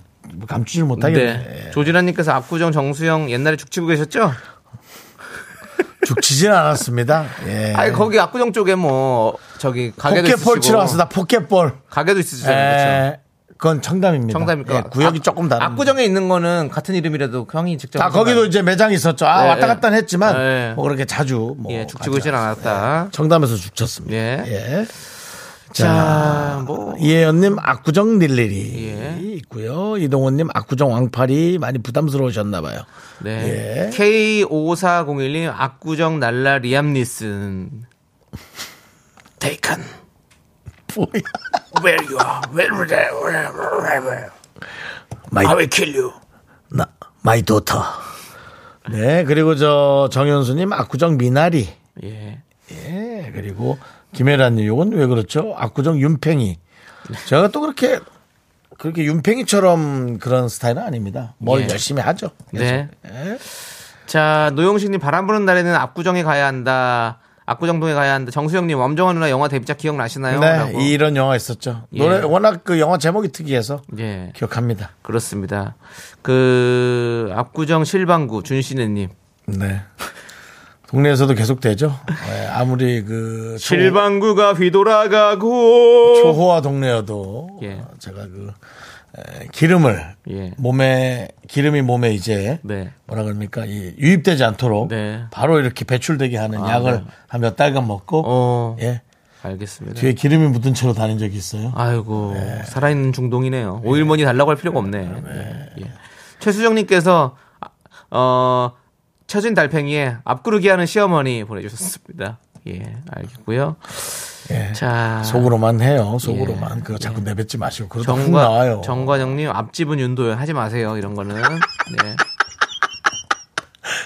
S1: 감추질 못하겠네. 예.
S2: 네. 조진아님께서 압구정 정수영 옛날에 죽치고 계셨죠?
S1: 예, 죽지진 않았습니다. 예.
S2: 아니 거기 압구정 쪽에 뭐 저기 가게도 있으시고
S1: 포켓볼 치러 왔습니다. 포켓볼.
S2: 가게도 있으시잖아요. 그렇죠?
S1: 예, 그건 청담입니다.
S2: 청담입니까?
S1: 예, 구역이
S2: 아,
S1: 조금 다른.
S2: 압구정에 있는 거는 같은 이름이라도 형이 직접
S1: 아, 거기도 이제 매장이 있었죠. 아,
S2: 예,
S1: 왔다
S2: 예.
S1: 갔다 는 했지만
S2: 예.
S1: 뭐 그렇게 자주 뭐
S2: 예, 죽치고
S1: 가지
S2: 있진
S1: 예.
S2: 않았다.
S1: 청담에서 죽쳤습니다.
S2: 예.
S1: 예.
S2: 자, 뭐
S1: 이혜연님 악구정 닐리리
S2: 예.
S1: 있고요. 이동원님 악구정 왕팔이 많이 부담스러우셨나봐요.
S2: 네.
S1: 예.
S2: K5401님 압구정 날라 리암 니슨 테이칸
S1: 뭐야?
S2: where you are where you are where you are
S1: 마이
S2: I will kill you
S1: 나, 마이 도터. 네, 그리고 저 정현수님 압구정 미나리.
S2: 예.
S1: 예, 그리고 김혜란님 요건 왜 그렇죠? 압구정 윤팽이. 제가 또 그렇게 그렇게 윤팽이처럼 그런 스타일은 아닙니다. 뭘
S2: 예.
S1: 열심히 하죠.
S2: 네. 자, 노영식님 바람 부는 날에는 압구정에 가야 한다. 압구정동에 가야 한다. 정수영님 엄정화 누나 영화 데뷔작 기억나시나요?
S1: 네,
S2: 라고.
S1: 이런 영화 있었죠. 노래
S2: 예.
S1: 워낙 그 영화 제목이 특이해서
S2: 예,
S1: 기억합니다.
S2: 그렇습니다. 그 압구정 실방구 준신혜님.
S1: 네. 동네에서도 계속 되죠. 예, 아무리 그 조-
S2: 실방구가 휘돌아가고.
S1: 조호와 동네여도
S2: 예.
S1: 제가 그 에, 기름을
S2: 예.
S1: 몸에 기름이 몸에 이제
S2: 네.
S1: 뭐라 그럽니까 이 유입되지 않도록
S2: 네. 아,
S1: 바로 이렇게 배출되게 하는 약을 한 몇 달간 먹고
S2: 어,
S1: 예
S2: 알겠습니다.
S1: 뒤에 네. 기름이 묻은 채로 다닌 적이 있어요.
S2: 아이고 살아있는 중동이네요. 오일머니 달라고 할 필요가 없네. 예, 예. 최수정님께서 아, 어 처진 달팽이에 앞구르기 하는 시어머니 보내주셨습니다. 예, 알겠고요.
S1: 예.
S2: 자,
S1: 속으로만 해요. 속으로만 그거 자꾸 내뱉지 마시고 그러다 훅 나와요.
S2: 아. 예. 정과 정과정님 앞집은 윤도현 하지 마세요. 이런 거는 네,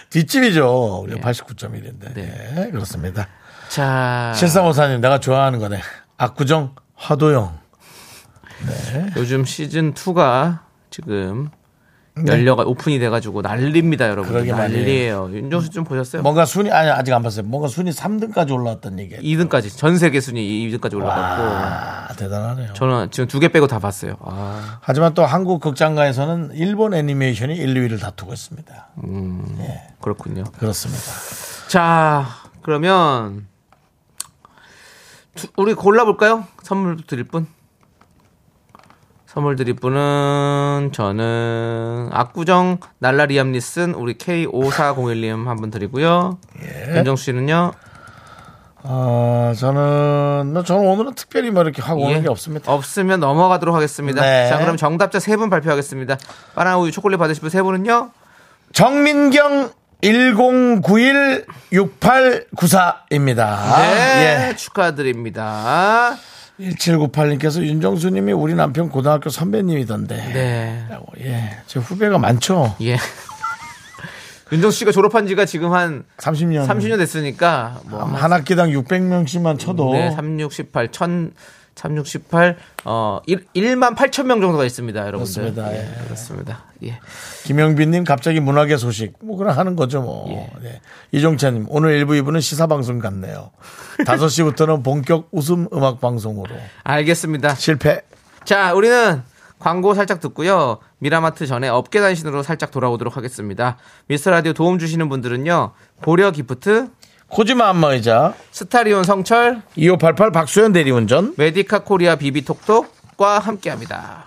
S1: 뒷집이죠. 우리 89.1인데
S2: 예. 네.
S1: 예, 그렇습니다.
S2: 자
S1: 실사모사님 아. 내가 좋아하는 거네. 압구정 화도영
S2: 요즘 시즌 2가 지금 열려가 오픈이 돼가지고 난리입니다,
S1: 네.
S2: 여러분.
S1: 그러게 말이에요. 뭐-
S2: 난리예요. 윤정수 좀 보셨어요?
S1: 뭔가 순위 아니 아직 안 봤어요. 뭔가 순위 3등까지 올라왔던 얘기.
S2: 2등까지 전 세계 순위 2등까지 올라갔고.
S1: 와 아, 대단하네요.
S2: 저는 지금 두 개 빼고 다 봤어요. 아,
S1: 하지만 또 한국 극장가에서는 일본 애니메이션이 1, 2위를 다투고 있습니다.
S2: 음. 그렇군요.
S1: 그렇습니다.
S2: 자, 그러면 두- 우리 골라볼까요? 선물 드릴 분? 선물 드릴 분은 저는 악구정 날라리암리슨 우리 K5401님 한 분 드리고요.
S1: 예.
S2: 윤정수 씨는요?
S1: 아 저는 뭐 저는 오늘은 특별히 뭐 이렇게 하고 오는
S2: 예.
S1: 게 없습니다.
S2: 없으면 넘어가도록 하겠습니다.
S1: 네.
S2: 자, 그럼 정답자 세 분 발표하겠습니다. 바나나 우유 초콜릿 받으실 분 세 분은요?
S1: 정민경 10916894입니다.
S2: 네, 축하드립니다.
S1: 예. 1798님께서 윤정수님이 우리 남편 고등학교 선배님이던데.
S2: 네.
S1: 라고. 예. 제 후배가 많죠.
S2: 예. 윤정수 씨가 졸업한 지가 지금 한
S1: 30년.
S2: 30년 됐으니까 뭐
S1: 아, 한 학기당 600명씩만 쳐도
S2: 네, 368, 1000, 368, 어, 1, 1만 8천 명 정도가 있습니다, 여러분들.
S1: 그렇습니다.
S2: 예,
S1: 예.
S2: 그렇습니다. 예.
S1: 김영빈님 갑자기 문학의 소식 뭐 그런 하는 거죠 뭐 예. 이종찬님 오늘 1부 2부는 시사 방송 같네요 5시부터는 본격 웃음 음악 방송으로
S2: 알겠습니다.
S1: 실패
S2: 자, 우리는 광고 살짝 듣고요. 미라마트 전에 업계 단신으로 살짝 돌아오도록 하겠습니다. 미스터 라디오 도움 주시는 분들은요. 고려 기프트,
S1: 코지마 안마의자
S2: 스타리온 성철,
S1: 2588 박수현 대리운전
S2: 메디카 코리아 비비톡톡과 함께 합니다.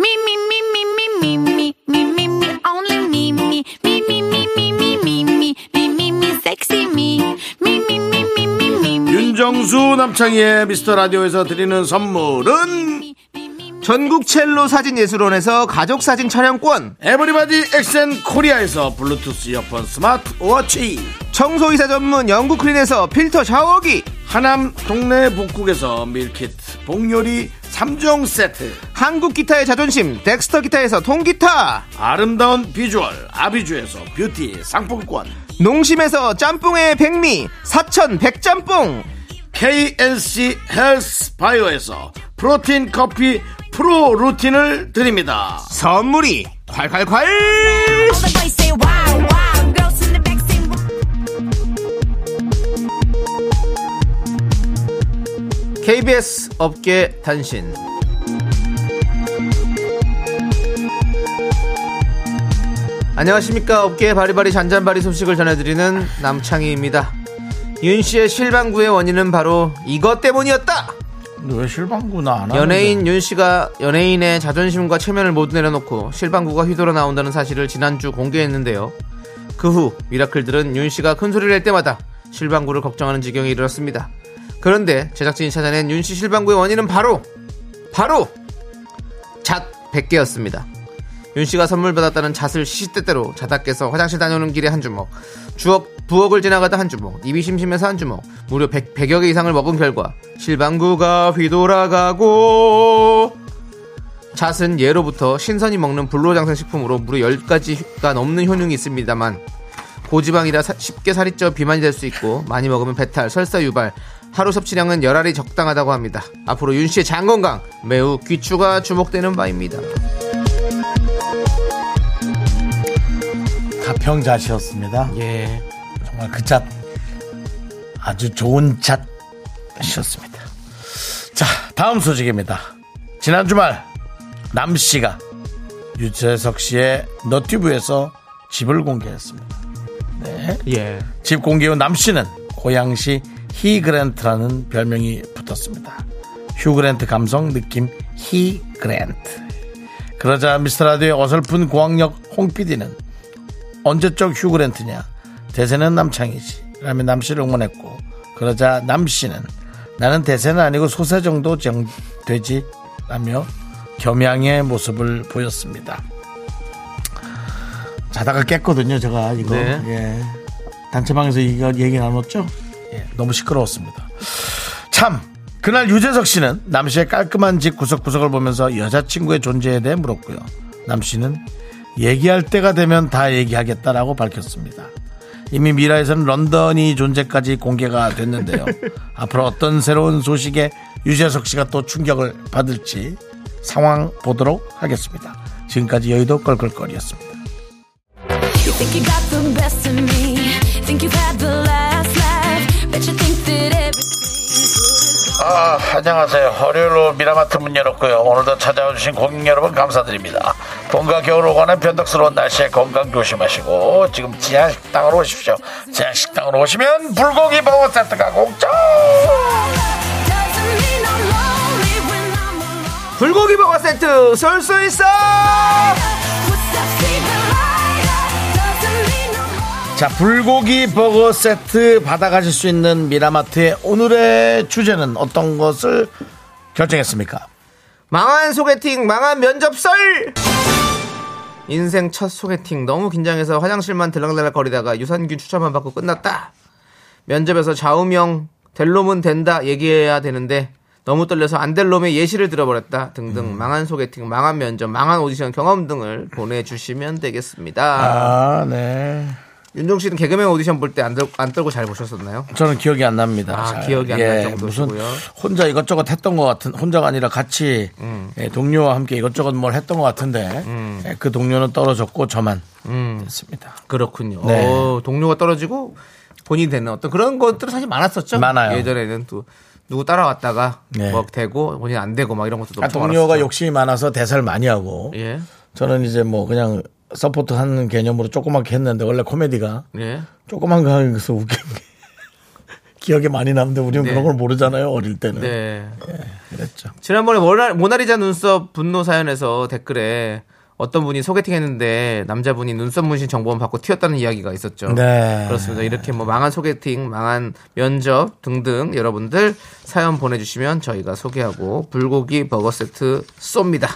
S5: Me, me, me, me, me, me, me, me, me, me, only me, me, me, me, me, me, me, me, me, me, me, me, sexy me, me, me, me, me, me, me, me,
S1: 윤정수 남창희의 미스터 라디오에서 드리는 선물은
S2: 전국 첼로 사진 예술원에서 가족 사진 촬영권,
S1: 에브리바디 엑센 코리아에서 블루투스 이어폰 스마트 워치
S2: 청소이사 전문 영국 클린에서 필터 샤워기,
S1: 하남 동네 북국에서 밀키트 복요리 3종 세트
S2: 한국 기타의 자존심 덱스터 기타에서 통기타
S1: 아름다운 비주얼 아비주에서 뷰티 상품권
S2: 농심에서 짬뽕의 백미 사천 백짬뽕
S1: KNC 헬스 바이오에서 프로틴 커피 프로 루틴을 드립니다.
S2: 선물이 콸콸콸
S5: all the boys say wow, wow, girls in the back say wow.
S2: KBS 업계 단신 안녕하십니까 업계의 바리바리 잔잔바리 소식을 전해드리는 남창희입니다 윤씨의 실방구의 원인은 바로 이것 때문이었다
S1: 근데 왜 실방구 나안
S2: 연예인 윤 씨가 연예인의 자존심과 체면을 모두 내려놓고 실방구가 휘돌아 나온다는 사실을 지난주 공개했는데요. 그 후 미라클들은 윤 씨가 큰 소리를 낼 때마다 실방구를 걱정하는 지경에 이르렀습니다. 그런데 제작진이 찾아낸 윤 씨 실방구의 원인은 바로 바로 잣 100개였습니다. 윤 씨가 선물 받았다는 잣을 시시때때로 자다께서 화장실 다녀오는 길에 한 주먹, 주억, 부엌을 지나가다 한 주먹, 입이 심심해서 한 주먹, 무려 100, 100여 개 이상을 먹은 결과 실방구가 휘돌아가고 잣은 예로부터 신선히 먹는 불로장생 식품으로 무려 10가지가 넘는 효능이 있습니다만 고지방이라 사- 쉽게 살이 쪄 비만이 될 수 있고 많이 먹으면 배탈, 설사 유발, 하루 섭취량은 열알이 적당하다고 합니다. 앞으로 윤 씨의 장 건강 매우 귀추가 주목되는 바입니다.
S1: 가평잣이었습니다.
S2: 예.
S1: 정말 그 잣 아주 좋은 잣이었습니다. 자 다음 소식입니다. 지난 주말 남 씨가 유재석 씨의 너튜브에서 집을 공개했습니다. 네.
S2: 예.
S1: 집 공개 후 남씨는 고양시 히그랜트라는 별명이 붙었습니다. 휴그랜트 감성 느낌 히그랜트. 그러자 미스터라디오의 어설픈 고학력 홍PD는 언제적 휴그랜트냐 대세는 남창이지 라며 남씨를 응원했고 그러자 남씨는 나는 대세는 아니고 소세 정도 정- 되지 라며 겸양의 모습을 보였습니다. 자다가 깼거든요 제가 이거
S2: 네.
S1: 예. 단체방에서 이거 얘기 나눴죠? 예, 너무 시끄러웠습니다. 참 그날 유재석 씨는 남씨의 깔끔한 집 구석구석을 보면서 여자친구의 존재에 대해 물었고요. 남씨는 얘기할 때가 되면 다 얘기하겠다라고 밝혔습니다. 이미 미라에서는 런던이 존재까지 공개가 됐는데요. 앞으로 어떤 새로운 소식에 유재석 씨가 또 충격을 받을지 상황 보도록 하겠습니다. 지금까지 여의도 걸걸거리였습니다.
S5: You think you got the best of me. Think you've had the last laugh. Bet you think that every
S1: 아, 안녕하세요. 월요일로 미라마트 문 열었고요. 오늘도 찾아와주신 고객 여러분 감사드립니다. 봄과 겨울 오가는 변덕스러운 날씨에 건강 조심하시고 지금 지하식당으로 오십시오. 지하식당으로 오시면 불고기 버거 세트가 공짜!
S5: doesn't mean I'm lonely when I'm alone.
S2: 불고기 버거
S1: 그,
S2: 세트 쏠 수 있어!
S5: What's that secret lighter? Doesn't mean I'm lonely.
S1: 자, 불고기 버거 세트 받아가실 수 있는 미라마트의 오늘의 주제는 어떤 것을 결정했습니까?
S2: 망한 소개팅, 망한 면접 썰! 인생 첫 소개팅 너무 긴장해서 화장실만 들락날락 거리다가 유산균 추천만 받고 끝났다. 면접에서 좌우명 델놈은 된다 얘기해야 되는데 너무 떨려서 안델롬의 예시를 들어버렸다 등등 망한 소개팅, 망한 면접, 망한 오디션 경험 등을 보내주시면 되겠습니다.
S1: 아, 네.
S2: 윤종 씨는 개그맨 오디션 볼 때 안 떨고 잘 보셨었나요?
S1: 저는 기억이 안 납니다.
S2: 아,
S1: 잘. 예,
S2: 기억이 안날 정도시고요.
S1: 무슨 혼자 이것저것 했던 것 같은 혼자가 아니라 같이
S2: 음.
S1: 예, 동료와 함께 이것저것 뭘 했던 것 같은데 예, 그 동료는 떨어졌고 저만 됐습니다.
S2: 음, 그렇군요.
S1: 네.
S2: 어, 동료가 떨어지고 본인이 되는 어떤 그런 것들은 사실 많았었죠.
S1: 많아요.
S2: 예전에는 또 누구 따라왔다가
S1: 네.
S2: 뭐 되고 본인 안 되고 막 이런 것도 너무
S1: 아, 동료가
S2: 많았었죠.
S1: 욕심이 많아서 대사를 많이 하고
S2: 예.
S1: 저는 이제 뭐 그냥 서포트 하는 개념으로 조그맣게 했는데 원래 코미디가
S2: 예.
S1: 조그만 거에서 웃긴 게 기억에 많이 남는데 우리는
S2: 네.
S1: 그런 걸 모르잖아요 어릴 때는
S2: 네.
S1: 예, 그랬죠.
S2: 지난번에 모나, 모나리자 눈썹 분노 사연에서 댓글에 어떤 분이 소개팅 했는데 남자분이 눈썹 문신 정보만 받고 튀었다는 이야기가 있었죠.
S1: 네.
S2: 그렇습니다. 이렇게 뭐 망한 소개팅, 망한 면접 등등 여러분들 사연 보내주시면 저희가 소개하고 불고기 버거 세트 쏩니다.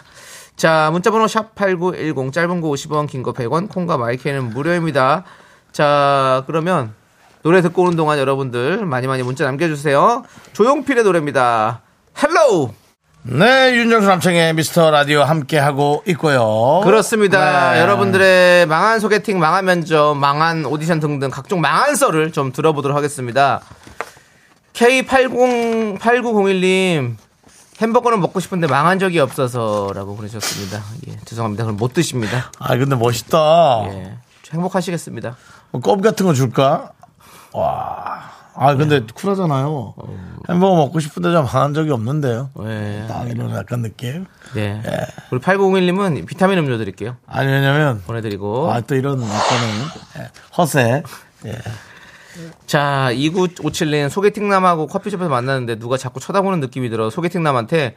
S2: 자, 문자번호 샵8910 짧은 거 50원, 긴 거 100원, 콩과 마이크는 무료입니다. 자, 그러면 노래 듣고 오는 동안 여러분들 많이 많이 문자 남겨주세요. 조용필의 노래입니다. 헬로우!
S1: 네, 윤정수 남창의 미스터 라디오 함께 하고 있고요.
S2: 그렇습니다.
S1: 어? 네.
S2: 여러분들의 망한 소개팅, 망한 면접, 망한 오디션 등등 각종 망한 썰을 좀 들어보도록 하겠습니다. K808901님 햄버거는 먹고 싶은데 망한 적이 없어서라고 보내셨습니다. 예, 죄송합니다. 그럼 못 드십니다.
S1: 아, 근데 멋있다.
S2: 예, 행복하시겠습니다.
S1: 뭐껌 같은 거 줄까? 와. 아, 근데
S2: 네.
S1: 쿨하잖아요. 햄버거 먹고 싶은데 좀 망한 적이 없는데요.
S2: 예,
S1: 딱 이런 약간 느낌.
S2: 예. 우리 8901님은 비타민 음료 드릴게요.
S1: 아니, 왜냐면,
S2: 보내드리고
S1: 아, 또 이런 약간은 예, 허세. 예.
S2: 자, 2957님 소개팅남하고 커피숍에서 만났는데 누가 자꾸 쳐다보는 느낌이 들어 소개팅남한테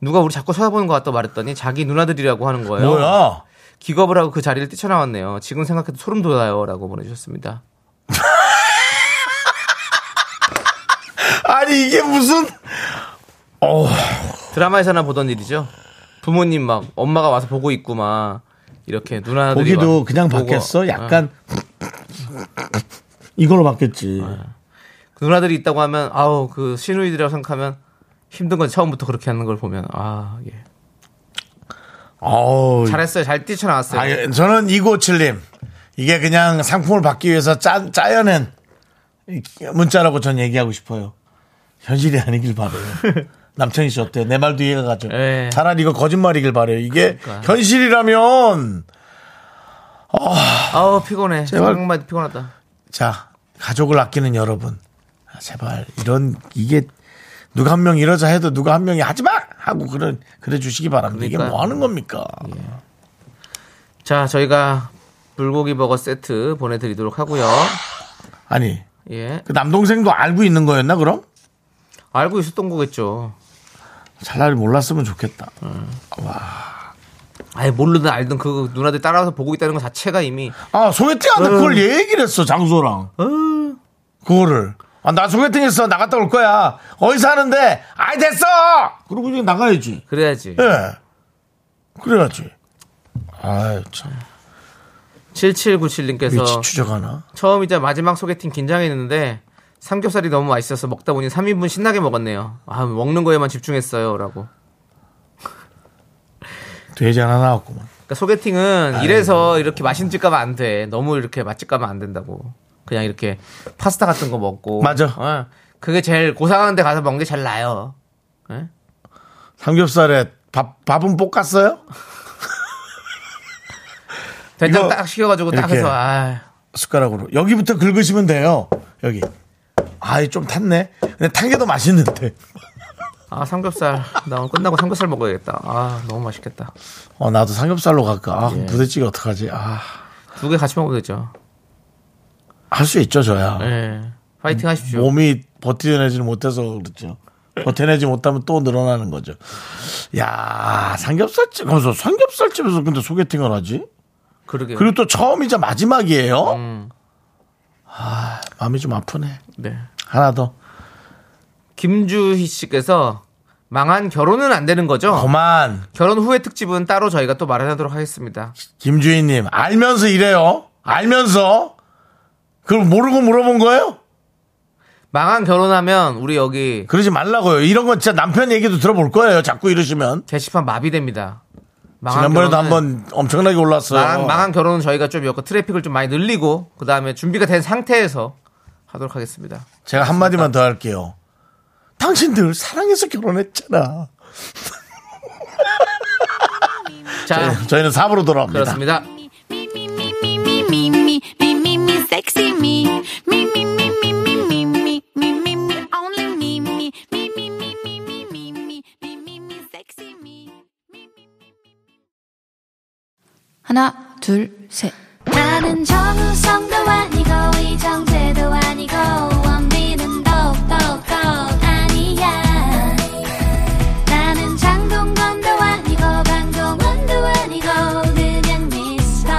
S2: 누가 우리 자꾸 쳐다보는 것 같다 말했더니 자기 누나들이라고 하는 거예요.
S1: 뭐야?
S2: 기겁을 하고 그 자리를 뛰쳐나왔네요. 지금 생각해도 소름 돋아요라고 보내주셨습니다.
S1: 아니, 이게 무슨. 어
S2: 드라마에서나 보던 일이죠. 부모님 막 엄마가 와서 보고 있고 막 이렇게 누나들이
S1: 보기도
S2: 막
S1: 그냥
S2: 보고,
S1: 봤겠어?
S2: 어,
S1: 약간. 이걸로 봤겠지.
S2: 그 누나들이 있다고 하면 아우 그 시누이들이라고 생각하면 힘든 건 처음부터 그렇게 하는 걸 보면 아 예.
S1: 어우,
S2: 잘했어요. 잘 뛰쳐나왔어요.
S1: 아, 예, 저는 2957님. 이게 그냥 상품을 받기 위해서 짜, 짜여낸 이 문자라고 전 얘기하고 싶어요. 현실이 아니길 바라요. 남창희 씨 어때요? 내 말도 이해가 가죠.
S2: 예.
S1: 차라리 이거 거짓말이길 바라요. 이게 현실이라면,
S2: 아우 피곤해.
S1: 제발.
S2: 정말 피곤하다.
S1: 자, 가족을 아끼는 여러분. 아, 제발, 이런, 이게, 누가 한 명 이러자 해도 누가 한 명이 하지 마! 하고 그래, 그래 주시기 바랍니다. 이게
S2: 그러니까요. 예.
S1: 뭐 하는 겁니까?
S2: 자, 저희가 불고기 버거 세트 보내드리도록 하고요.
S1: 아니,
S2: 예,
S1: 그 남동생도 알고 있는 거였나, 그럼?
S2: 알고 있었던 거겠죠.
S1: 차라리 몰랐으면 좋겠다.
S2: 아예 모르든 알든 그 누나들 따라와서 보고 있다는 것 자체가 이미
S1: 아 소개팅한테 그걸 얘기를 했어 장소랑 그거를 아, 나 소개팅했어 나갔다 올 거야 어디서 하는데 아이 됐어 그러고 이제 나가야지
S2: 그래야지.
S1: 예 그래야지 아유 참 미치
S2: 7797님께서
S1: 추적하나
S2: 처음이자 마지막 소개팅 긴장했는데 삼겹살이 너무 맛있어서 먹다 보니 3인분 신나게 먹었네요. 아, 먹는 거에만 집중했어요. 라고.
S1: 돼지 하나 나왔구만
S2: 그러니까 소개팅은 이래서 이렇게 맛있는 집 가면 안 돼. 너무 이렇게 맛집 가면 안 된다고. 그냥 이렇게 파스타 같은 거 먹고.
S1: 맞아.
S2: 어, 그게 제일 고상한 데 가서 먹는 게 제일 나아요. 예?
S1: 삼겹살에 밥 밥은 볶았어요
S2: 된장
S1: 이거
S2: 딱 식혀가지고 딱
S1: 이렇게.
S2: 해서, 아
S1: 숟가락으로 여기부터 긁으시면 돼요 여기 아이 좀 탔네 근데 탄 게 더 맛있는데
S2: 아, 삼겹살. 나 오늘 끝나고 삼겹살 먹어야겠다. 아, 너무 맛있겠다.
S1: 어 나도 삼겹살로 갈까 아 부대찌개 어떡하지 아할 수
S2: 두 개 같이 먹으면 되죠.
S1: 있죠 저야
S2: 예. 파이팅 하십시오.
S1: 그렇죠. 몸이 버텨내지 못해서 그렇죠. 버텨내지 못하면 또 늘어나는 거죠. 야 삼겹살집, 거기서 삼겹살집에서 근데 소개팅을 하지?
S2: 그러게요.
S1: 그리고 또 처음이자 마지막이에요? 아, 마음이 좀 아프네.
S2: 네.
S1: 하나 더.
S2: 김주희 씨께서 망한 결혼은 안 되는 거죠?
S1: 어. 그만.
S2: 결혼 후의 특집은 따로 저희가 또 마련하도록 하겠습니다.
S1: 김주인님, 알면서 이래요? 알면서? 그걸 모르고 물어본 거예요?
S2: 망한 결혼하면 우리 여기
S1: 그러지 말라고요. 이런 건 진짜 남편 얘기도 들어볼 거예요. 자꾸 이러시면.
S2: 게시판 마비됩니다. 망한
S1: 지난번에도
S2: 결혼은-
S1: 한번 엄청나게 올랐어요.
S2: 망한, 망한 결혼은 저희가 좀 여고 트래픽을 좀 많이 늘리고 그 다음에 준비가 된 상태에서 하도록 하겠습니다.
S1: 제가 한마디만 더 할게요. 당신들 사랑해서 결혼했잖아.
S2: 자
S1: 예, 저희는 4부로 돌아옵니다.
S2: 아. 그렇습니다.
S8: 하나, 둘, 셋.
S5: 나는 정우성도 아니고 이정재도 아니고 원빈은 더욱더 아니야 나는 장동건도 아니고 방종원도 아니고 그냥 미스터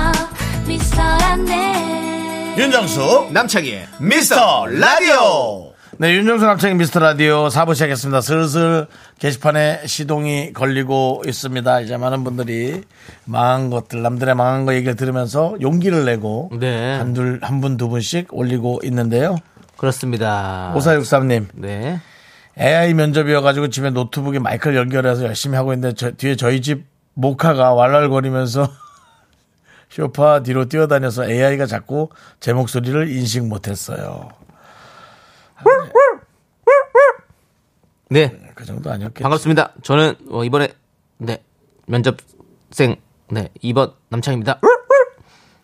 S5: 미스터란데
S1: 윤정수
S2: 남창희의
S1: 미스터 라디오. 네, 윤정수 남창의 미스터 라디오 4부 시작했습니다. 슬슬 게시판에 시동이 걸리고 있습니다. 이제 많은 분들이 망한 것들, 남들의 망한 거 얘기를 들으면서 용기를 내고
S2: 네
S1: 한 둘, 한 분, 두 분씩 올리고 있는데요.
S2: 그렇습니다.
S1: 5463님,
S2: 네
S1: AI 면접이어가지고 집에 노트북에 마이크를 연결해서 열심히 하고 있는데 저- 뒤에 저희 집 모카가 왈랄거리면서 쇼파 뒤로 뛰어다녀서 AI가 자꾸 제 목소리를 인식 못했어요.
S2: 네.
S1: 그 정도 아니었겠죠.
S2: 반갑습니다. 저는 어, 이번에 네 면접생 네 2번 남창입니다.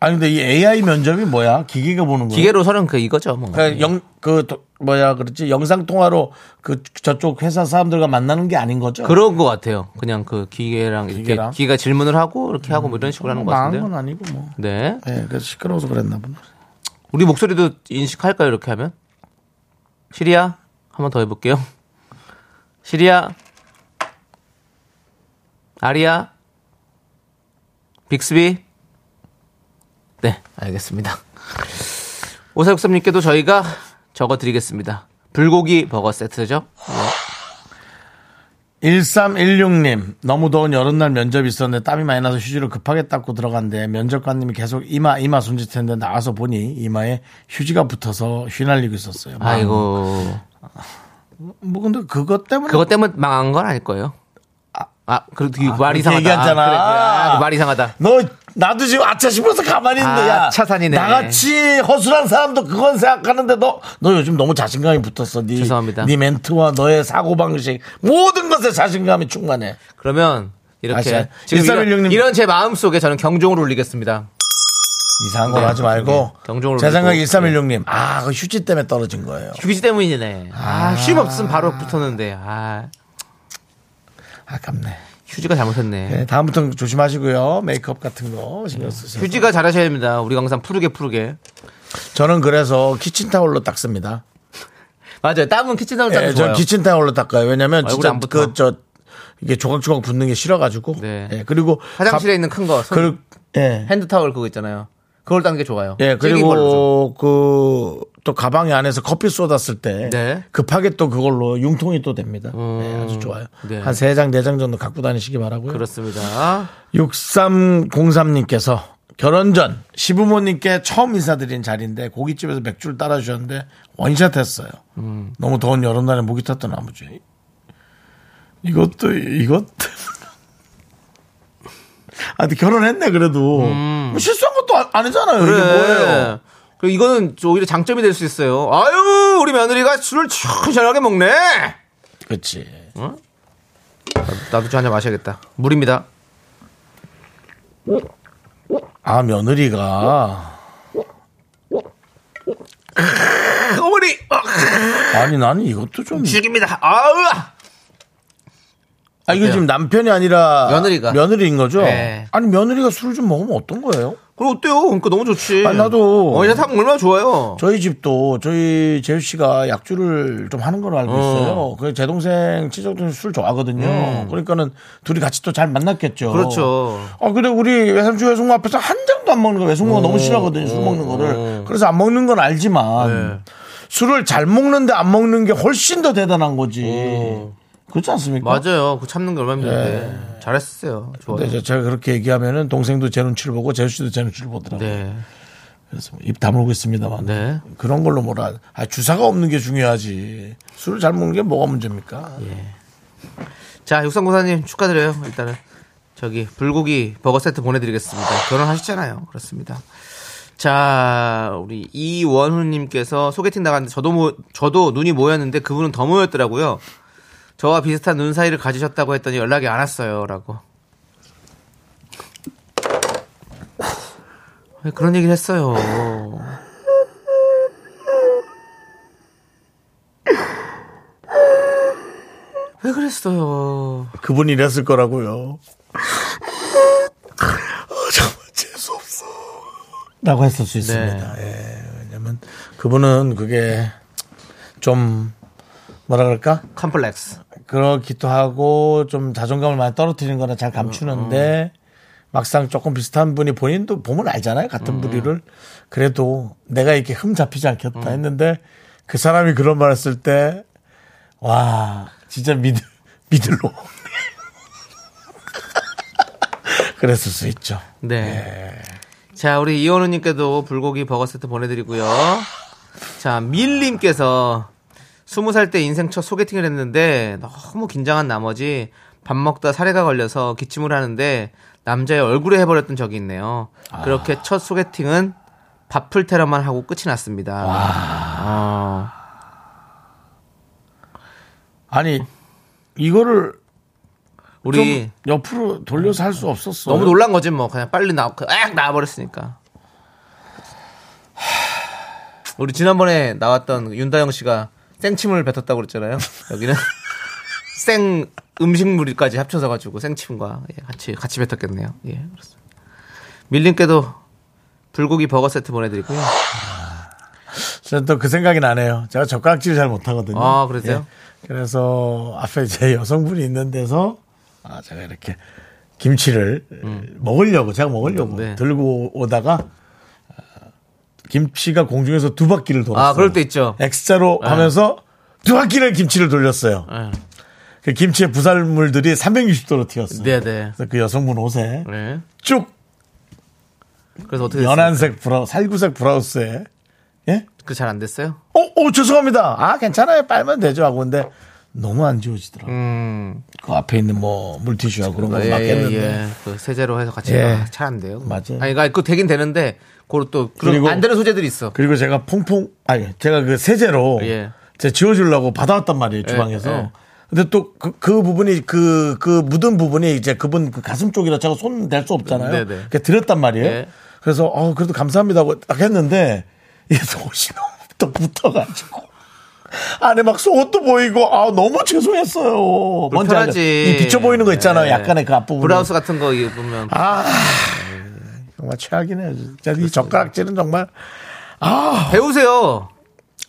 S1: 아니 근데 이 AI 면접이 뭐야? 기계가 보는 거야?
S2: 기계로 서는 그 이거죠 뭐.
S1: 그러니까 영, 그 도- 뭐야 그렇지 영상 통화로 그 저쪽 회사 사람들과 만나는 게 아닌 거죠?
S2: 그런 것 같아요. 그냥 그 기계랑 이렇게
S1: 기계랑?
S2: 기계가 질문을 하고 이렇게 하고 뭐 이런 식으로 하는 것
S1: 망한 건
S2: 같은데요.
S1: 아니고 뭐.
S2: 네.
S1: 예, 그래서 시끄러워서 그랬나 보네.
S2: 우리 목소리도 인식할까요 이렇게 하면? 시리야 한번 더 해볼게요. 시리야 아리야 빅스비 네 알겠습니다. 오사육삼님께도 저희가 적어드리겠습니다. 불고기 버거 세트죠?
S1: 1316님 너무 더운 여름날 면접이 있었는데 땀이 많이 나서 휴지를 급하게 닦고 들어간데 면접관님이 계속 이마 이마 손짓했는데 나와서 보니 이마에 휴지가 붙어서 휘날리고 있었어요.
S2: 아이고
S1: 뭐 근데 그것 때문에
S2: 그것 때문에 망한 건 아닐 거예요. 아, 그래도 이말
S1: 그렇게
S2: 이상하다.
S1: 얘기하잖아.
S2: 아, 그래, 그래. 아, 그말 이상하다.
S1: 너 나도 지금 아차 싶어서 가만히 있는데
S2: 아,
S1: 야
S2: 차산이네.
S1: 나같이 허술한 사람도 그건 생각하는데 너 너 요즘 너무 자신감이 붙었어 네,
S2: 죄송합니다.
S1: 네 멘트와 너의 사고방식 모든 것에 자신감이 충만해
S2: 그러면 이렇게
S1: 아시아요?
S2: 지금 이런,
S1: 1316님.
S2: 이런 제 마음 속에 저는 경종을 울리겠습니다.
S1: 이상한 걸
S2: 네,
S1: 하지 말고
S2: 네, 경종을
S1: 제 생각에
S2: 울리고.
S1: 1316님 아그 휴지 때문에 떨어진 거예요
S2: 휴지 때문이네. 아, 쉼 없으면 바로 붙었는데. 아,
S1: 아깝네
S2: 휴지가 잘못했네.
S1: 네, 다음부터 조심하시고요 메이크업 같은 거 신경 쓰세요
S2: 휴지가 잘하셔야 됩니다. 우리가 항상 푸르게 푸르게.
S1: 저는 그래서 키친타올로 닦습니다
S2: 맞아요. 땀은 키친타올 땀이
S1: 예,
S2: 좋아요.
S1: 전 키친타올로 닦아요. 왜냐면
S2: 얼굴에
S1: 진짜
S2: 안 붙어.
S1: 그 저 이게 조각조각 붙는 게 싫어가지고.
S2: 네.
S1: 예, 그리고
S2: 화장실에
S1: 갑-
S2: 있는 큰 거. 손,
S1: 그 예.
S2: 핸드타올 그거 있잖아요. 그걸 따는 게 좋아요.
S1: 예,
S2: 질긴 걸로.
S1: 그리고 그 또 가방에 안에서 커피 쏟았을 때
S2: 네. 음.
S1: 급하게 또 그걸로 융통이 또 됩니다. 예, 아주 좋아요.
S2: 네.
S1: 한 세 장, 네 장 정도 갖고 다니시기 바라고요.
S2: 그렇습니다.
S1: 6303님께서 결혼 전 시부모님께 처음 인사드린 자리인데 고깃집에서 맥주를 따라주셨는데 원샷 했어요. 너무 더운 여름날에 목이 탔던 나무지. 이것도 이것 아, 근데 결혼했네 그래도
S2: 음.
S1: 뭐 실수한 것도 아- 아니잖아요. 이게 뭐예요?
S2: 그리고 이거는 저 오히려 장점이 될 수 있어요. 아유, 우리 며느리가 술을 참 잘하게 먹네.
S1: 그렇지.
S2: 나도 저 한잔 마셔야겠다. 물입니다.
S1: 아 며느리가
S2: 어머니, 어,
S1: 아니 나는 이것도 좀.
S2: 죽입니다. 음. 아우.
S1: 아 이거 지금 남편이 아니라
S2: 며느리가.
S1: 며느리인 거죠.
S2: 네.
S1: 아니 며느리가 술을 좀 먹으면 어떤 거예요?
S2: 그럼 어때요? 그러니까 너무 좋지.
S1: 아니, 나도.
S2: 어, 이제 타면 얼마나 좋아요.
S1: 저희 집도 저희 재우 씨가 약주를 좀 하는 걸로 알고 있어요. 그 제 동생 친정동 술 좋아하거든요. 그러니까는 둘이 같이 또 잘 만났겠죠.
S2: 음. 그렇죠.
S1: 아 근데 우리 외삼촌 외숙모 앞에서 한 장도 안 먹는 거예요. 외숙모가 너무 싫어하거든요. 술 먹는 거를. 그래서 안 먹는 건
S2: 네.
S1: 알지만 술을 잘 먹는데 안 먹는 게 훨씬 더 대단한 거지. 그렇지 않습니까?
S2: 어. 맞아요. 그 참는 게 얼마나
S1: 네.
S2: 힘든데. 잘했어요. 좋아요.
S1: 근데 이제 제가 그렇게 얘기하면은 동생도 제 눈치를 보고 재우 씨도 제 눈치를 보더라고요.
S2: 네.
S1: 그래서 입 다물고 있습니다만
S2: 네.
S1: 그런 걸로 뭐라 아, 주사가 없는 게 중요하지 술을 잘 먹는 게 뭐가 문제입니까?
S2: 자, 육상고사님 축하드려요. 일단은 저기 불고기 버거 세트 보내드리겠습니다. 결혼하셨잖아요. 그렇습니다. 자, 우리 이원훈님께서 소개팅 나갔는데 저도 모, 저도 눈이 모였는데 그분은 더 모였더라고요. 저와 비슷한 눈 사이를 가지셨다고 했더니 연락이 안 왔어요라고. 왜 그런 얘기를 했어요? 왜 그랬어요?
S1: 그분이 이랬을 거라고요. 아, 정말 재수 없어. 라고 했을
S2: 네.
S1: 수 있습니다. 예, 왜냐면 그분은 그게 좀 뭐라 그럴까?
S2: 컴플렉스.
S1: 그렇기도 하고 좀 자존감을 많이 떨어뜨리는 거나 잘
S2: 음,
S1: 감추는데 막상 조금 비슷한 분이 본인도 보면 알잖아요.
S2: 음,
S1: 같은 부류를. 그래도 내가 이렇게 흠 잡히지 않겠다
S2: 음.
S1: 했는데 그 사람이 그런 말 했을 때 와, 진짜 믿을, 믿을로. 그랬을 수 있죠.
S2: 네. 자, 우리 이원우님께도 불고기 버거 세트 보내드리고요. 자, 밀님께서 스무 살 때 인생 첫 소개팅을 했는데 너무 긴장한 나머지 밥 먹다 사례가 걸려서 기침을 하는데 남자의 얼굴에 해버렸던 적이 있네요. 그렇게 첫 소개팅은 밥풀 테러만 하고 끝이 났습니다. 어,
S1: 아니, 이거를
S2: 우리
S1: 좀 옆으로 돌려서 할 수 없었어.
S2: 너무 놀란 거지 뭐 그냥 빨리 나와 악 나와버렸으니까 우리 지난번에 나왔던 윤다영 씨가 생침을 뱉었다고 그랬잖아요 여기는 생 음식물까지 합쳐서 가지고 생침과 예, 같이 같이 뱉었겠네요 예 그렇습니다 밀린께도 불고기 버거 세트 보내드리고요 아,
S1: 저는 또 그 생각이 나네요. 제가 젓가락질 잘 못하거든요.
S2: 아, 그러세요?
S1: 예. 그래서 앞에 제 여성분이 있는 데서 아, 제가 이렇게 김치를 먹으려고, 제가 먹으려고
S2: 음. 네.
S1: 들고 오다가 아, 김치가 공중에서 두 바퀴를 돌았어요.
S2: 아, 그럴 때 아. 있죠.
S1: 예. X자로 하면서 두 바퀴를 김치를 돌렸어요.
S2: 예.
S1: 그 김치의 부살물들이 360도로 튀었어요.
S2: 네네
S1: 그래서 그 여성분 옷에
S2: 네.
S1: 쭉
S2: 그래서 어떻게
S1: 연한색 브라 살구색 브라우스에 예?
S2: 그잘 안 됐어요
S1: 어, 어, 죄송합니다. 아, 괜찮아요. 빨면 되죠. 하고 근데 너무 안 지워지더라고. 요
S2: 음
S1: 그 앞에 있는 뭐 물티슈야 그런 거
S2: 예,
S1: 맞겠는데.
S2: 예, 예. 그 세제로 해서 같이
S1: 예.
S2: 잘 안 돼요.
S1: 맞아요.
S2: 아니, 그러니까 그 되긴 되는데 그걸 또 그런
S1: 그리고-
S2: 안 되는 소재들이 있어.
S1: 그리고 제가 퐁퐁 아니 제가 그 세제로
S2: 예.
S1: 제가 지워주려고 받아왔단 말이에요 주방에서.
S2: 예.
S1: 근데 또 그 부분이 그 그 묻은 부분이 이제 그분 그 가슴 쪽이라 제가 손 댈 수 없잖아요.
S2: 네네.
S1: 그러니까 드렸단 말이에요.
S2: 예.
S1: 그래서 어 그래도 감사합니다 하고 딱 했는데 이게 옷이 너무 또 붙어가지고 안에 막 속옷도 보이고 아 너무 죄송했어요. 뭔지 알죠?
S2: 불편하지.
S1: 이 비쳐 보이는 거 있잖아요.
S2: 예.
S1: 약간의 그 앞부분.
S2: 브라우스 같은 거 이거 보면
S1: 아 정말 최악이네요. 진짜 이 젓가락질은 정말
S2: 배우세요.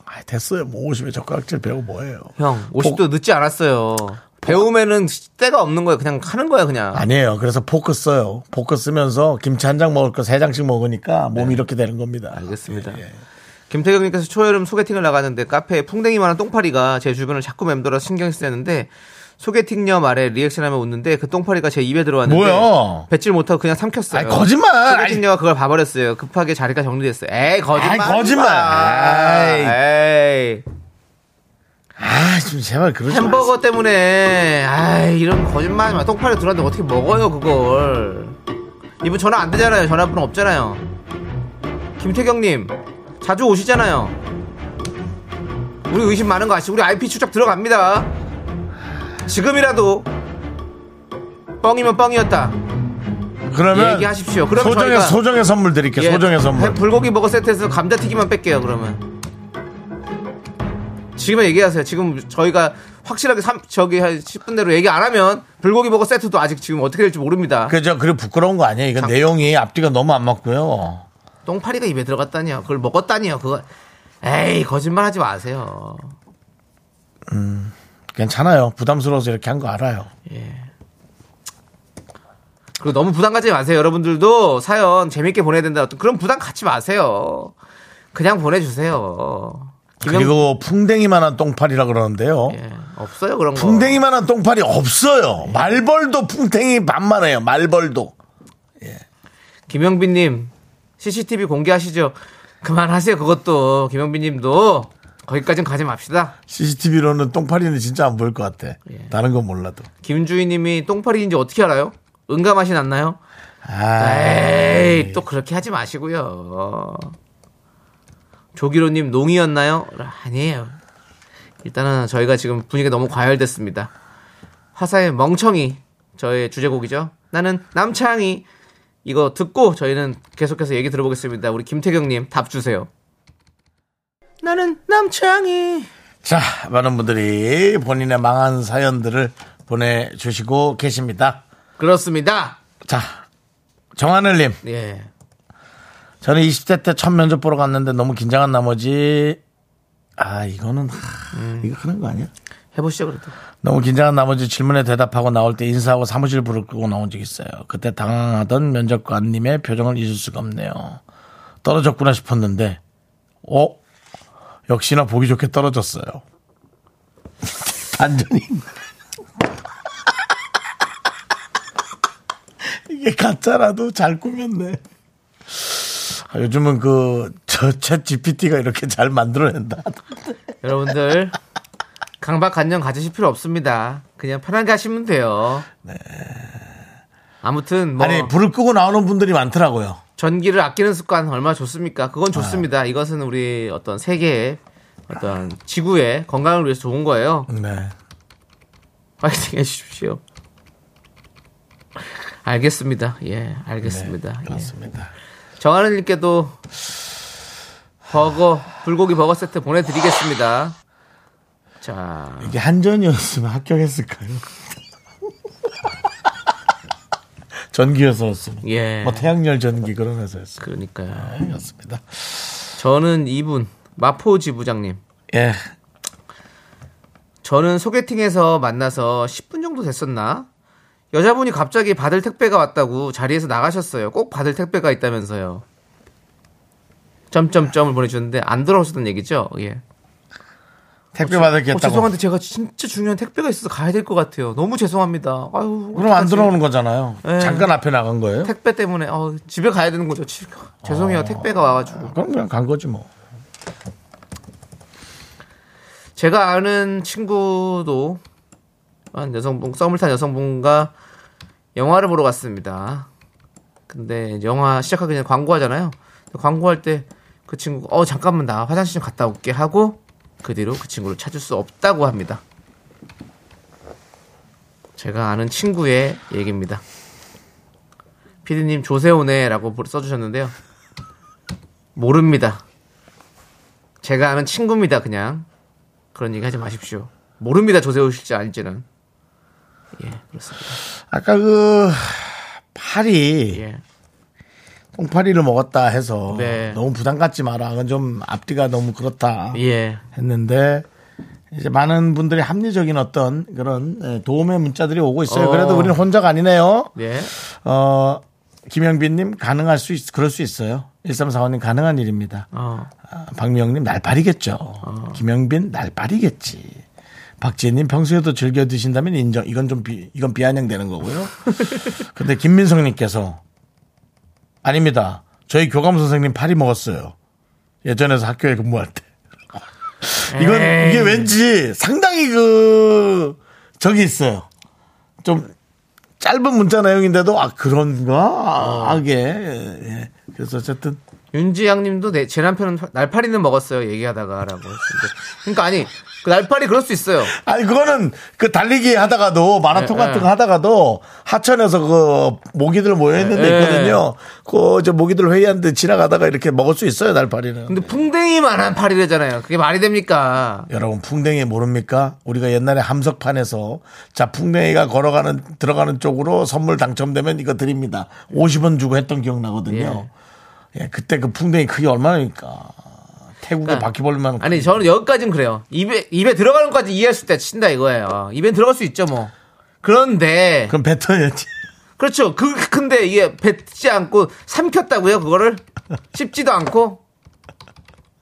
S1: 아, 됐어요. 뭐 50에 젓가락질 배우 뭐예요?
S2: 형, 50도 늦지 않았어요. 배우면은 때가 없는 거예요. 그냥 하는 거야, 그냥.
S1: 아니에요. 그래서 포크 써요. 포크 쓰면서 김치 한 장 먹을 거 세 장씩 먹으니까 몸이 이렇게 되는 겁니다.
S2: 네.
S1: 예,
S2: 알겠습니다. 김태경님께서 초여름 소개팅을 나가는데 카페에 풍뎅이만한 똥파리가 제 주변을 자꾸 맴돌아 신경 쓰였는데 소개팅녀 말에 리액션하며 웃는데 그 똥파리가 제 입에 들어왔는데
S1: 뭐야?
S2: 뱉질 못하고 그냥 삼켰어요.
S1: 아이, 거짓말!
S2: 소개팅녀가 그걸 봐버렸어요. 급하게 자리가 정리됐어요. 에이 거짓말.
S1: 아이, 거짓말!
S2: 에이.
S1: 아, 좀 제발 그러지 마세요.
S2: 햄버거 때문에 아 이런 거짓말 하지 마. 똥파리 들어왔는데 어떻게 먹어요 그걸 이분 전화 안 되잖아요 전화번호 없잖아요 김태경님 자주 오시잖아요 우리 의심 많은 거 아시죠 우리 IP 추적 들어갑니다 지금이라도 뻥이면 뻥이었다
S1: 그러면
S2: 얘기하십시오. 그러면
S1: 소정의
S2: 저희가-
S1: 소정의 선물 드릴게요.
S2: 예,
S1: 그러니까 소정의 선물.
S2: 불고기 버거 세트에서 감자튀김만 뺄게요 그러면 지금 얘기하세요 지금 저희가 확실하게 삼- 저기 한 10분 내로 얘기 안 하면 불고기 버거 세트도 아직 지금 어떻게 될지 모릅니다
S1: 그죠? 그리고 부끄러운 거 아니에요. 이건
S2: 참.
S1: 내용이 앞뒤가 너무 안 맞고요.
S2: 똥파리가 입에 들어갔다니요 그걸 먹었다니요 그거 에이 거짓말하지 마세요
S1: 괜찮아요. 부담스러워서 이렇게 한 거 알아요.
S2: 그리고 너무 부담 가지 마세요. 여러분들도 사연 재밌게 보내야 된다. 어떤 그런 부담 갖지 마세요. 그냥 보내주세요. 김영-
S1: 그리고 풍뎅이만한 똥파리라 그러는데요.
S2: 예, 없어요 그런 거.
S1: 풍뎅이만한 똥파리 없어요. 말벌도 풍뎅이 반만 해요. 말벌도.
S2: 김영빈님 CCTV 공개하시죠. 그만하세요. 그것도 김영빈님도 거기까진 가지 맙시다.
S1: CCTV로는 똥파리는 진짜 안 보일 것 같아. 다른 건 몰라도.
S2: 김주희님이 똥파리인지 어떻게 알아요? 응가 맛이 났나요?
S1: 아,
S2: 네. 에이, 또 그렇게 하지 마시고요. 조기로님 농이었나요? 아니에요. 일단은 저희가 지금 분위기가 너무 과열됐습니다. 화사의 멍청이 저의 주제곡이죠. 나는 남창이 이거 듣고 저희는 계속해서 얘기 들어보겠습니다. 우리 김태경님 답 주세요. 나는 남창이
S1: 자, 많은 분들이 본인의 망한 사연들을 보내주시고 계십니다.
S2: 그렇습니다.
S1: 자, 정하늘님.
S2: 예.
S1: 저는 20대 때 첫 면접 보러 갔는데 너무 긴장한 나머지, 아, 이거는, 하, 이거 하는 거 아니야?
S2: 해보시죠 그래도.
S1: 너무 긴장한 나머지 질문에 대답하고 나올 때 인사하고 사무실 불을 끄고 나온 적 있어요. 그때 당황하던 면접관님의 표정을 잊을 수가 없네요. 떨어졌구나 싶었는데, 어? 역시나 보기 좋게 떨어졌어요. 완전히. 이게 가짜라도 잘 꾸몄네. 아, 요즘은 그, 저, 챗 GPT가 이렇게 잘 만들어낸다.
S2: 여러분들 강박관념 가지실 필요 없습니다. 그냥 편하게 하시면 돼요. 아무튼 뭐
S1: 아니, 불을 끄고 나오는 분들이 많더라고요.
S2: 전기를 아끼는 습관 얼마나 좋습니까? 그건 좋습니다. 이것은 우리 어떤 세계의 어떤 지구의 건강을 위해서 좋은 거예요.
S1: 네.
S2: 파이팅 해주십시오. 알겠습니다. 예, 알겠습니다. 예.
S1: 그렇습니다.
S2: 정하늘님께도 버거 불고기 버거 세트 보내드리겠습니다. 자,
S1: 이게 한전이었으면 합격했을까요? 전기여서였으면.
S2: 예.
S1: 뭐 태양열 전기 그런 회사였습니다.
S2: 그러니까요.
S1: 였습니다.
S2: 저는 이분 마포지 부장님.
S1: 예.
S2: 저는 소개팅에서 만나서 10분 정도 됐었나? 여자분이 갑자기 받을 택배가 왔다고 자리에서 나가셨어요. 꼭 받을 택배가 있다면서요. 점점점을 보내주는데 안 돌아오셨던 얘기죠. 예.
S1: 택배
S2: 어,
S1: 받았겠다고.
S2: 죄송한데 제가 진짜 중요한 택배가 있어서 가야 될 것 같아요. 너무 죄송합니다. 아유,
S1: 그럼 안
S2: 어떡하지?
S1: 들어오는 거잖아요.
S2: 예.
S1: 잠깐 앞에 나간 거예요.
S2: 택배 때문에 어, 집에 가야 되는 거죠. 치- 죄송해요.
S1: 아.
S2: 택배가 와가지고.
S1: 그럼 그냥 간 거지 뭐.
S2: 제가 아는 친구도 한 여성분 썸을 탄 여성분과 영화를 보러 갔습니다. 근데 이제 영화 시작하기 전에 광고하잖아요. 근데 광고할 때 그 친구가 어 잠깐만 나 화장실 좀 갔다 올게 하고 그 뒤로 그 친구를 찾을 수 없다고 합니다. 제가 아는 친구의 얘기입니다. 피디님 조세호네라고 써주셨는데요. 모릅니다. 제가 아는 친구입니다 그냥. 그런 얘기 하지 마십시오. 모릅니다. 조세호 실지 아닐지는. 예, 그렇습니다.
S1: 아까 그 파리
S2: 예.
S1: 똥파리를 먹었다 해서
S2: 네.
S1: 너무 부담 갖지 마라. 그건 좀 앞뒤가 너무 그렇다.
S2: 예.
S1: 했는데 이제 많은 분들이 합리적인 어떤 그런 예, 도움의 문자들이 오고 있어요.
S2: 어.
S1: 그래도 우리는 혼자가 아니네요.
S2: 예.
S1: 어, 김영빈님 가능할 수 있, 그럴 수 있어요. 1345님 가능한 일입니다.
S2: 어.
S1: 아, 박미영님 날파리겠죠.
S2: 아.
S1: 김영빈 날파리겠지. 박지혜님 평소에도 즐겨 드신다면 인정. 이건 좀 비, 이건 비아냥되는 거고요. 근데 김민성님께서 아닙니다. 저희 교감 선생님 파리 먹었어요. 예전에서 학교에 근무할 때. 이건
S2: 에이.
S1: 이게 왠지 상당히 그 저기 있어요. 좀 짧은 문자 내용인데도 아
S2: 어.
S1: 그런가 하게 예, 예. 그래서 어쨌든
S2: 윤지양 님도 내, 제 남편은 화- 날파리는 먹었어요. 얘기하다가라고. 했는데. 그러니까 아니, 그 날파리 그럴 수 있어요.
S1: 아니 그거는 그 달리기 하다가도 마라톤
S2: 예,
S1: 같은 거
S2: 예.
S1: 하다가도 하천에서 그 모기들 모여 있는 데
S2: 예,
S1: 있거든요. 그저 모기들 회의하는데 지나가다가 이렇게 먹을 수 있어요 날파리는.
S2: 근데 풍뎅이만한 파리래잖아요. 그게 말이 됩니까?
S1: 여러분 풍뎅이 모릅니까? 우리가 옛날에 함석판에서 자 풍뎅이가 걸어가는 들어가는 쪽으로 선물 당첨되면 이거 드립니다. 50원 주고 했던 기억 나거든요. 예, 그때 그 풍뎅이 크기 얼마나니까 태국의
S2: 그러니까,
S1: 바퀴벌레만
S2: 아니, 저는 여기까지는 그래요. 입에 입에 들어가는 것까지 이해했을 때 친다 이거예요. 입에 들어갈 수 있죠, 뭐. 그런데
S1: 그럼 뱉어야지.
S2: 그렇죠. 그 근데 이게 뱉지 않고 삼켰다고요. 그거를 씹지도 않고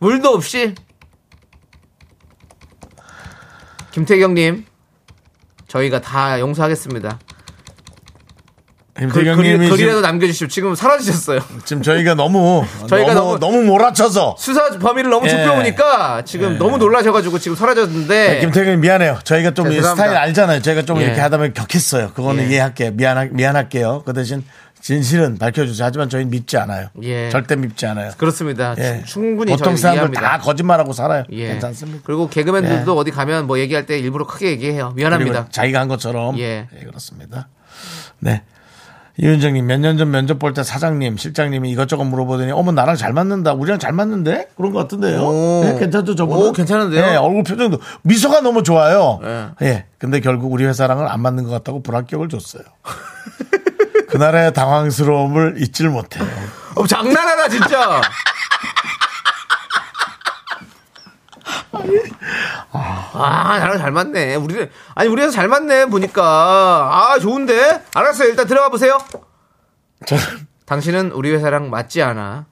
S2: 물도 없이 김태경님 저희가 다 용서하겠습니다.
S1: 임태경님이
S2: 글이라도
S1: 지금,
S2: 남겨주십시오. 지금 사라지셨어요.
S1: 지금 저희가 너무
S2: 저희가
S1: 너무,
S2: 너무-
S1: 너무 몰아쳐서
S2: 수사 범위를 너무
S1: 예.
S2: 좁혀오니까 지금 너무 놀라셔가지고 지금 사라졌는데
S1: 아, 네, 김태경님 미안해요. 저희가 좀 이
S2: 예. 죄송합니다.
S1: 스타일 알잖아요. 저희가 좀
S2: 예.
S1: 이렇게 하다 보면 격했어요. 그거는
S2: 예.
S1: 이해할게요. 미안 미안할게요. 그 대신 진실은 밝혀주세요. 하지만 저희 는 믿지 않아요.
S2: 예.
S1: 절대 믿지 않아요.
S2: 그렇습니다.
S1: 예.
S2: 충분히
S1: 보통
S2: 저희
S1: 사람들
S2: 이해합니다.
S1: 다 거짓말하고 살아요.
S2: 예.
S1: 괜찮습니다.
S2: 그리고 개그맨들도 어디 가면 뭐 얘기할 때 일부러 크게 얘기해요. 미안합니다.
S1: 그리고 자기가 한 것처럼
S2: 예.
S1: 예, 그렇습니다. 네. 이윤정님 몇 년 전 면접 볼 때 사장님 실장님이 이것저것 물어보더니 어머 나랑 잘 맞는다 우리랑 잘 맞는데 그런 것 같은데요
S2: 오.
S1: 네, 괜찮죠 저분
S2: 오, 괜찮은데요?
S1: 얼굴 표정도 미소가 너무 좋아요
S2: 예.
S1: 예. 근데 결국 우리 회사랑은 안 맞는 것 같다고 불합격을 줬어요 그날의 당황스러움을 잊질 못해요
S2: 어, 장난하나 진짜. 아, 나랑 잘 맞네. 우리 아니 우리 회사 잘 맞네 보니까 아 좋은데. 알았어요. 일단 들어가 보세요.
S1: 저는,
S2: 당신은 우리 회사랑 맞지 않아.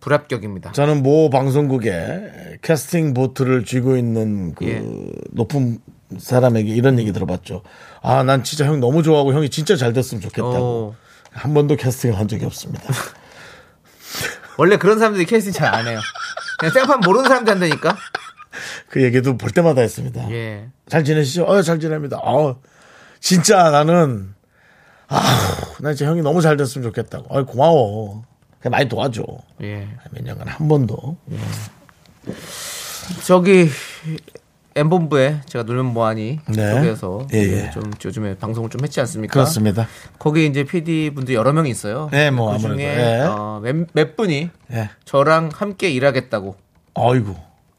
S2: 불합격입니다.
S1: 저는 모 방송국에 캐스팅 보트를 쥐고 있는 그
S2: 예.
S1: 높은 사람에게 이런 얘기 들어봤죠 아 난 진짜 형 너무 좋아하고 형이 진짜 잘 됐으면 좋겠다고
S2: 오.
S1: 한 번도 캐스팅을 한 적이 없습니다
S2: 원래 그런 사람들이 캐스팅 잘 안 해요. 그냥 생판 모르는 사람들 한다니까.
S1: 그 얘기도 볼 때마다 했습니다.
S2: 예.
S1: 잘 지내시죠? 어, 잘 지냅니다. 어, 진짜 나는 아우, 나 진짜 형이 너무 잘 됐으면 좋겠다고. 어, 고마워. 그냥 많이 도와줘.
S2: 예.
S1: 몇 년간 한 번도.
S2: 저기 엠본부에 제가 놀면 뭐하니
S1: 네.
S2: 쪽에서
S1: 예, 예.
S2: 좀 요즘에 방송을 좀 했지 않습니까?
S1: 그렇습니다.
S2: 거기 이제 PD 분들 여러 명이 있어요.
S1: 네, 뭐
S2: 그 중에
S1: 아무래도, 예.
S2: 어, 몇, 몇 분이
S1: 예.
S2: 저랑 함께 일하겠다고
S1: 어이구.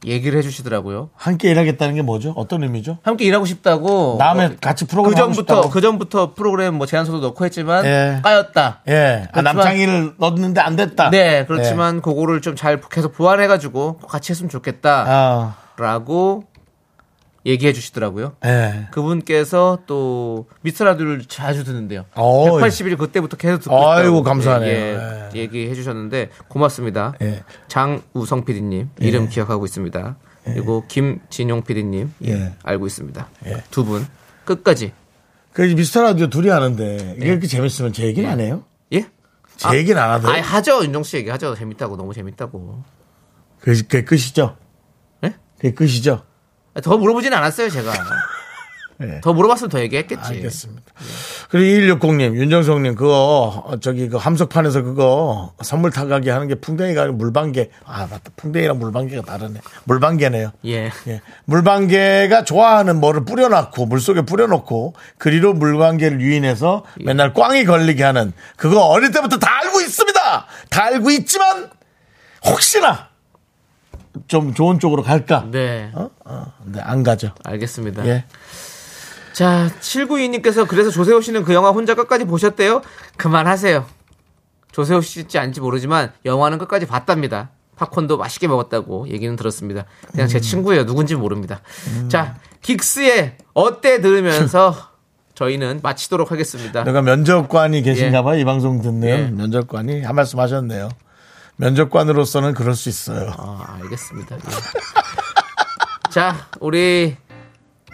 S2: 얘기를 해주시더라고요.
S1: 함께 일하겠다는 게 뭐죠? 어떤 의미죠?
S2: 함께 일하고 싶다고.
S1: 다음에
S2: 어,
S1: 같이
S2: 그
S1: 프로그램 하고
S2: 전부터
S1: 싶다고.
S2: 그 전부터 프로그램 뭐 제안서도 넣고 했지만
S1: 예.
S2: 까였다.
S1: 예. 아,
S2: 그렇지만-
S1: 남창희를 넣었는데 안 됐다.
S2: 네, 그렇지만 그거를 좀 잘 계속 보완해가지고 같이
S1: 예.
S2: 했으면
S1: 아,
S2: 좋겠다라고 얘기해 주시더라고요.
S1: 예.
S2: 그분께서 또 미스라디오를 자주 듣는데요.
S1: 어이. 예.
S2: 180일 그때부터 계속 듣고 있다고
S1: 아이고, 감사하네요.
S2: 예, 예, 얘기해 주셨는데 고맙습니다.
S1: 예.
S2: 장우성 PD님 이름 기억하고 있습니다. 그리고 김진용 PD님
S1: 예.
S2: 알고 있습니다.
S1: 예.
S2: 두 분 끝까지
S1: 그 미스터 라디오 둘이 하는데 이게 이렇게 재밌으면 제 얘기는 안 해요?
S2: 예?
S1: 제 얘기는 안 네. 하더라고요.
S2: 아 하죠 윤종 씨 얘기 하죠 재밌다고 너무 재밌다고.
S1: 그게, 그게 끝이죠?
S2: 예?
S1: 그게 끝이죠?
S2: 아, 더 물어보진 않았어요 제가.
S1: 예.
S2: 더 물어봤으면 더 얘기했겠지.
S1: 알겠습니다. 그리고 2160님, 윤정성님, 그거, 어, 저기, 그 함석판에서 그거, 선물 타가게 하는 게 풍뎅이가 아니고 물방개. 아, 맞다. 풍뎅이랑 물방개가 다르네. 물방개네요.
S2: 예.
S1: 예. 물방개가 좋아하는 뭐를 뿌려놓고, 물속에 뿌려놓고, 그리로 물방개를 유인해서
S2: 예.
S1: 맨날 꽝이 걸리게 하는, 그거 어릴 때부터 다 알고 있습니다! 다 알고 있지만, 혹시나, 좀 좋은 쪽으로 갈까?
S2: 네.
S1: 어? 어, 근데 안 가죠.
S2: 알겠습니다.
S1: 예.
S2: 자, 792님께서 그래서 조세호 씨는 그 영화 혼자 끝까지 보셨대요? 그만하세요. 조세호 씨인지 아닌지 모르지만 영화는 끝까지 봤답니다. 팝콘도 맛있게 먹었다고 얘기는 들었습니다. 그냥
S1: 음.
S2: 제 친구예요. 누군지 모릅니다. 자, 긱스의 어때 들으면서 저희는 마치도록 하겠습니다.
S1: 내가 면접관이 계신가
S2: 예.
S1: 봐요. 이 방송 듣는
S2: 예.
S1: 면접관이 한 말씀 하셨네요. 면접관으로서는 그럴 수 있어요.
S2: 아, 알겠습니다. 예. 자, 우리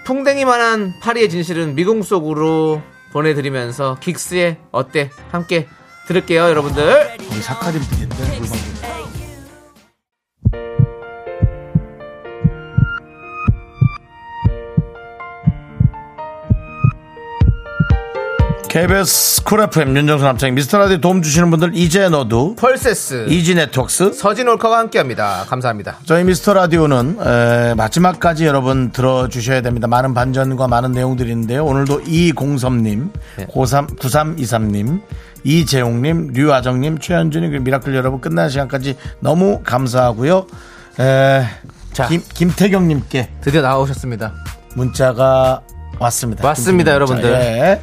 S2: 풍뎅이만한 파리의 진실은 미궁 속으로 보내드리면서 긱스의 어때 함께 들을게요, 여러분들.
S1: 우리 사카림 PD인데 물방개. KBS 쿨 FM 윤정수 남창 미스터라디오 도움 주시는 분들 이제 너도
S2: 펄세스
S1: 이지네트웍스
S2: 서진 올카와 함께합니다. 감사합니다.
S1: 저희 미스터 라디오는 에, 마지막까지 여러분 들어주셔야 됩니다. 많은 반전과 많은 내용들이 있는데요. 오늘도 이공섭님,
S2: 네.
S1: 고삼 9323님, 이재용님, 류아정님, 최현준님, 그리고 미라클 여러분 끝나는 시간까지 너무 감사하고요. 에,
S2: 자.
S1: 김, 김태경님께
S2: 드디어 나오셨습니다.
S1: 문자가 왔습니다.
S2: 왔습니다,
S1: 김태경 문자.
S2: 여러분들.
S1: 예.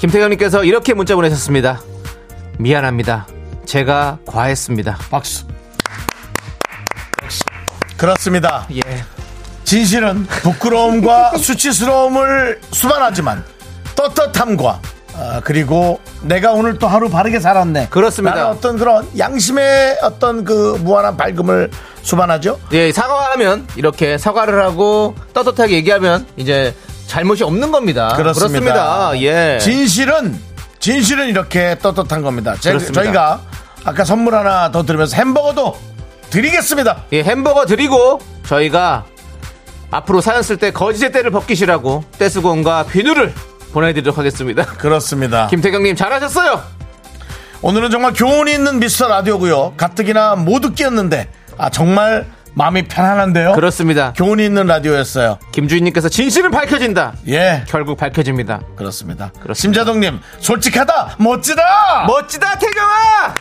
S2: 김태경님께서 이렇게 문자 보내셨습니다. 미안합니다. 제가 과했습니다.
S1: 박수. 그렇습니다.
S2: 예.
S1: 진실은 부끄러움과 수치스러움을 수반하지만 떳떳함과 아, 그리고 내가 오늘 또 하루 바르게 살았네.
S2: 그렇습니다.
S1: 나는 어떤 그런 양심의 어떤 그 무한한 밝음을 수반하죠.
S2: 예, 사과하면 이렇게 사과를 하고 떳떳하게 얘기하면 이제 잘못이 없는 겁니다.
S1: 그렇습니다.
S2: 예.
S1: 진실은 진실은 이렇게 떳떳한 겁니다. 제-
S2: 그렇습니다.
S1: 저희가 아까 선물 하나 더 드리면서 햄버거도 드리겠습니다.
S2: 예, 햄버거 드리고 저희가 앞으로 사연 쓸 때 거짓의 때를 벗기시라고 떼수건과 비누를 보내드리도록 하겠습니다.
S1: 그렇습니다.
S2: 김태경님 잘하셨어요.
S1: 오늘은 정말 교훈이 있는 미스터 라디오고요. 가뜩이나 모두 끼었는데 아 정말 마음이 편안한데요.
S2: 그렇습니다.
S1: 교훈이 있는 라디오였어요.
S2: 김주인님께서 진실은 밝혀진다.
S1: 예,
S2: 결국 밝혀집니다.
S1: 그렇습니다.
S2: 그렇습니다.
S1: 심자동님 솔직하다,
S2: 아.
S1: 멋지다.
S2: 멋지다 태경아.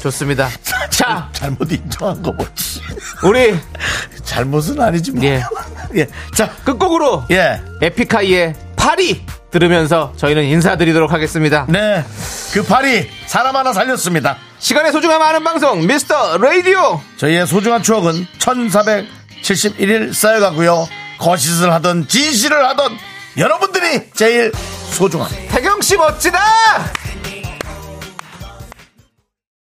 S2: 좋습니다. 자,
S1: 잘못 인정한 거 뭐지?
S2: 우리
S1: 잘못은 아니지만
S2: 예.
S1: 예, 자,
S2: 끝곡으로
S1: 예,
S2: 에픽하이의 파리 들으면서 저희는 인사드리도록 하겠습니다.
S1: 네, 그 파리 사람 하나 살렸습니다.
S2: 시간의 소중함 아는 방송 미스터 라디오.
S1: 저희의 소중한 추억은 1471일 쌓여가고요. 거짓을 하던 진실을 하던 여러분들이 제일 소중합니다.
S2: 태경 씨 멋지다.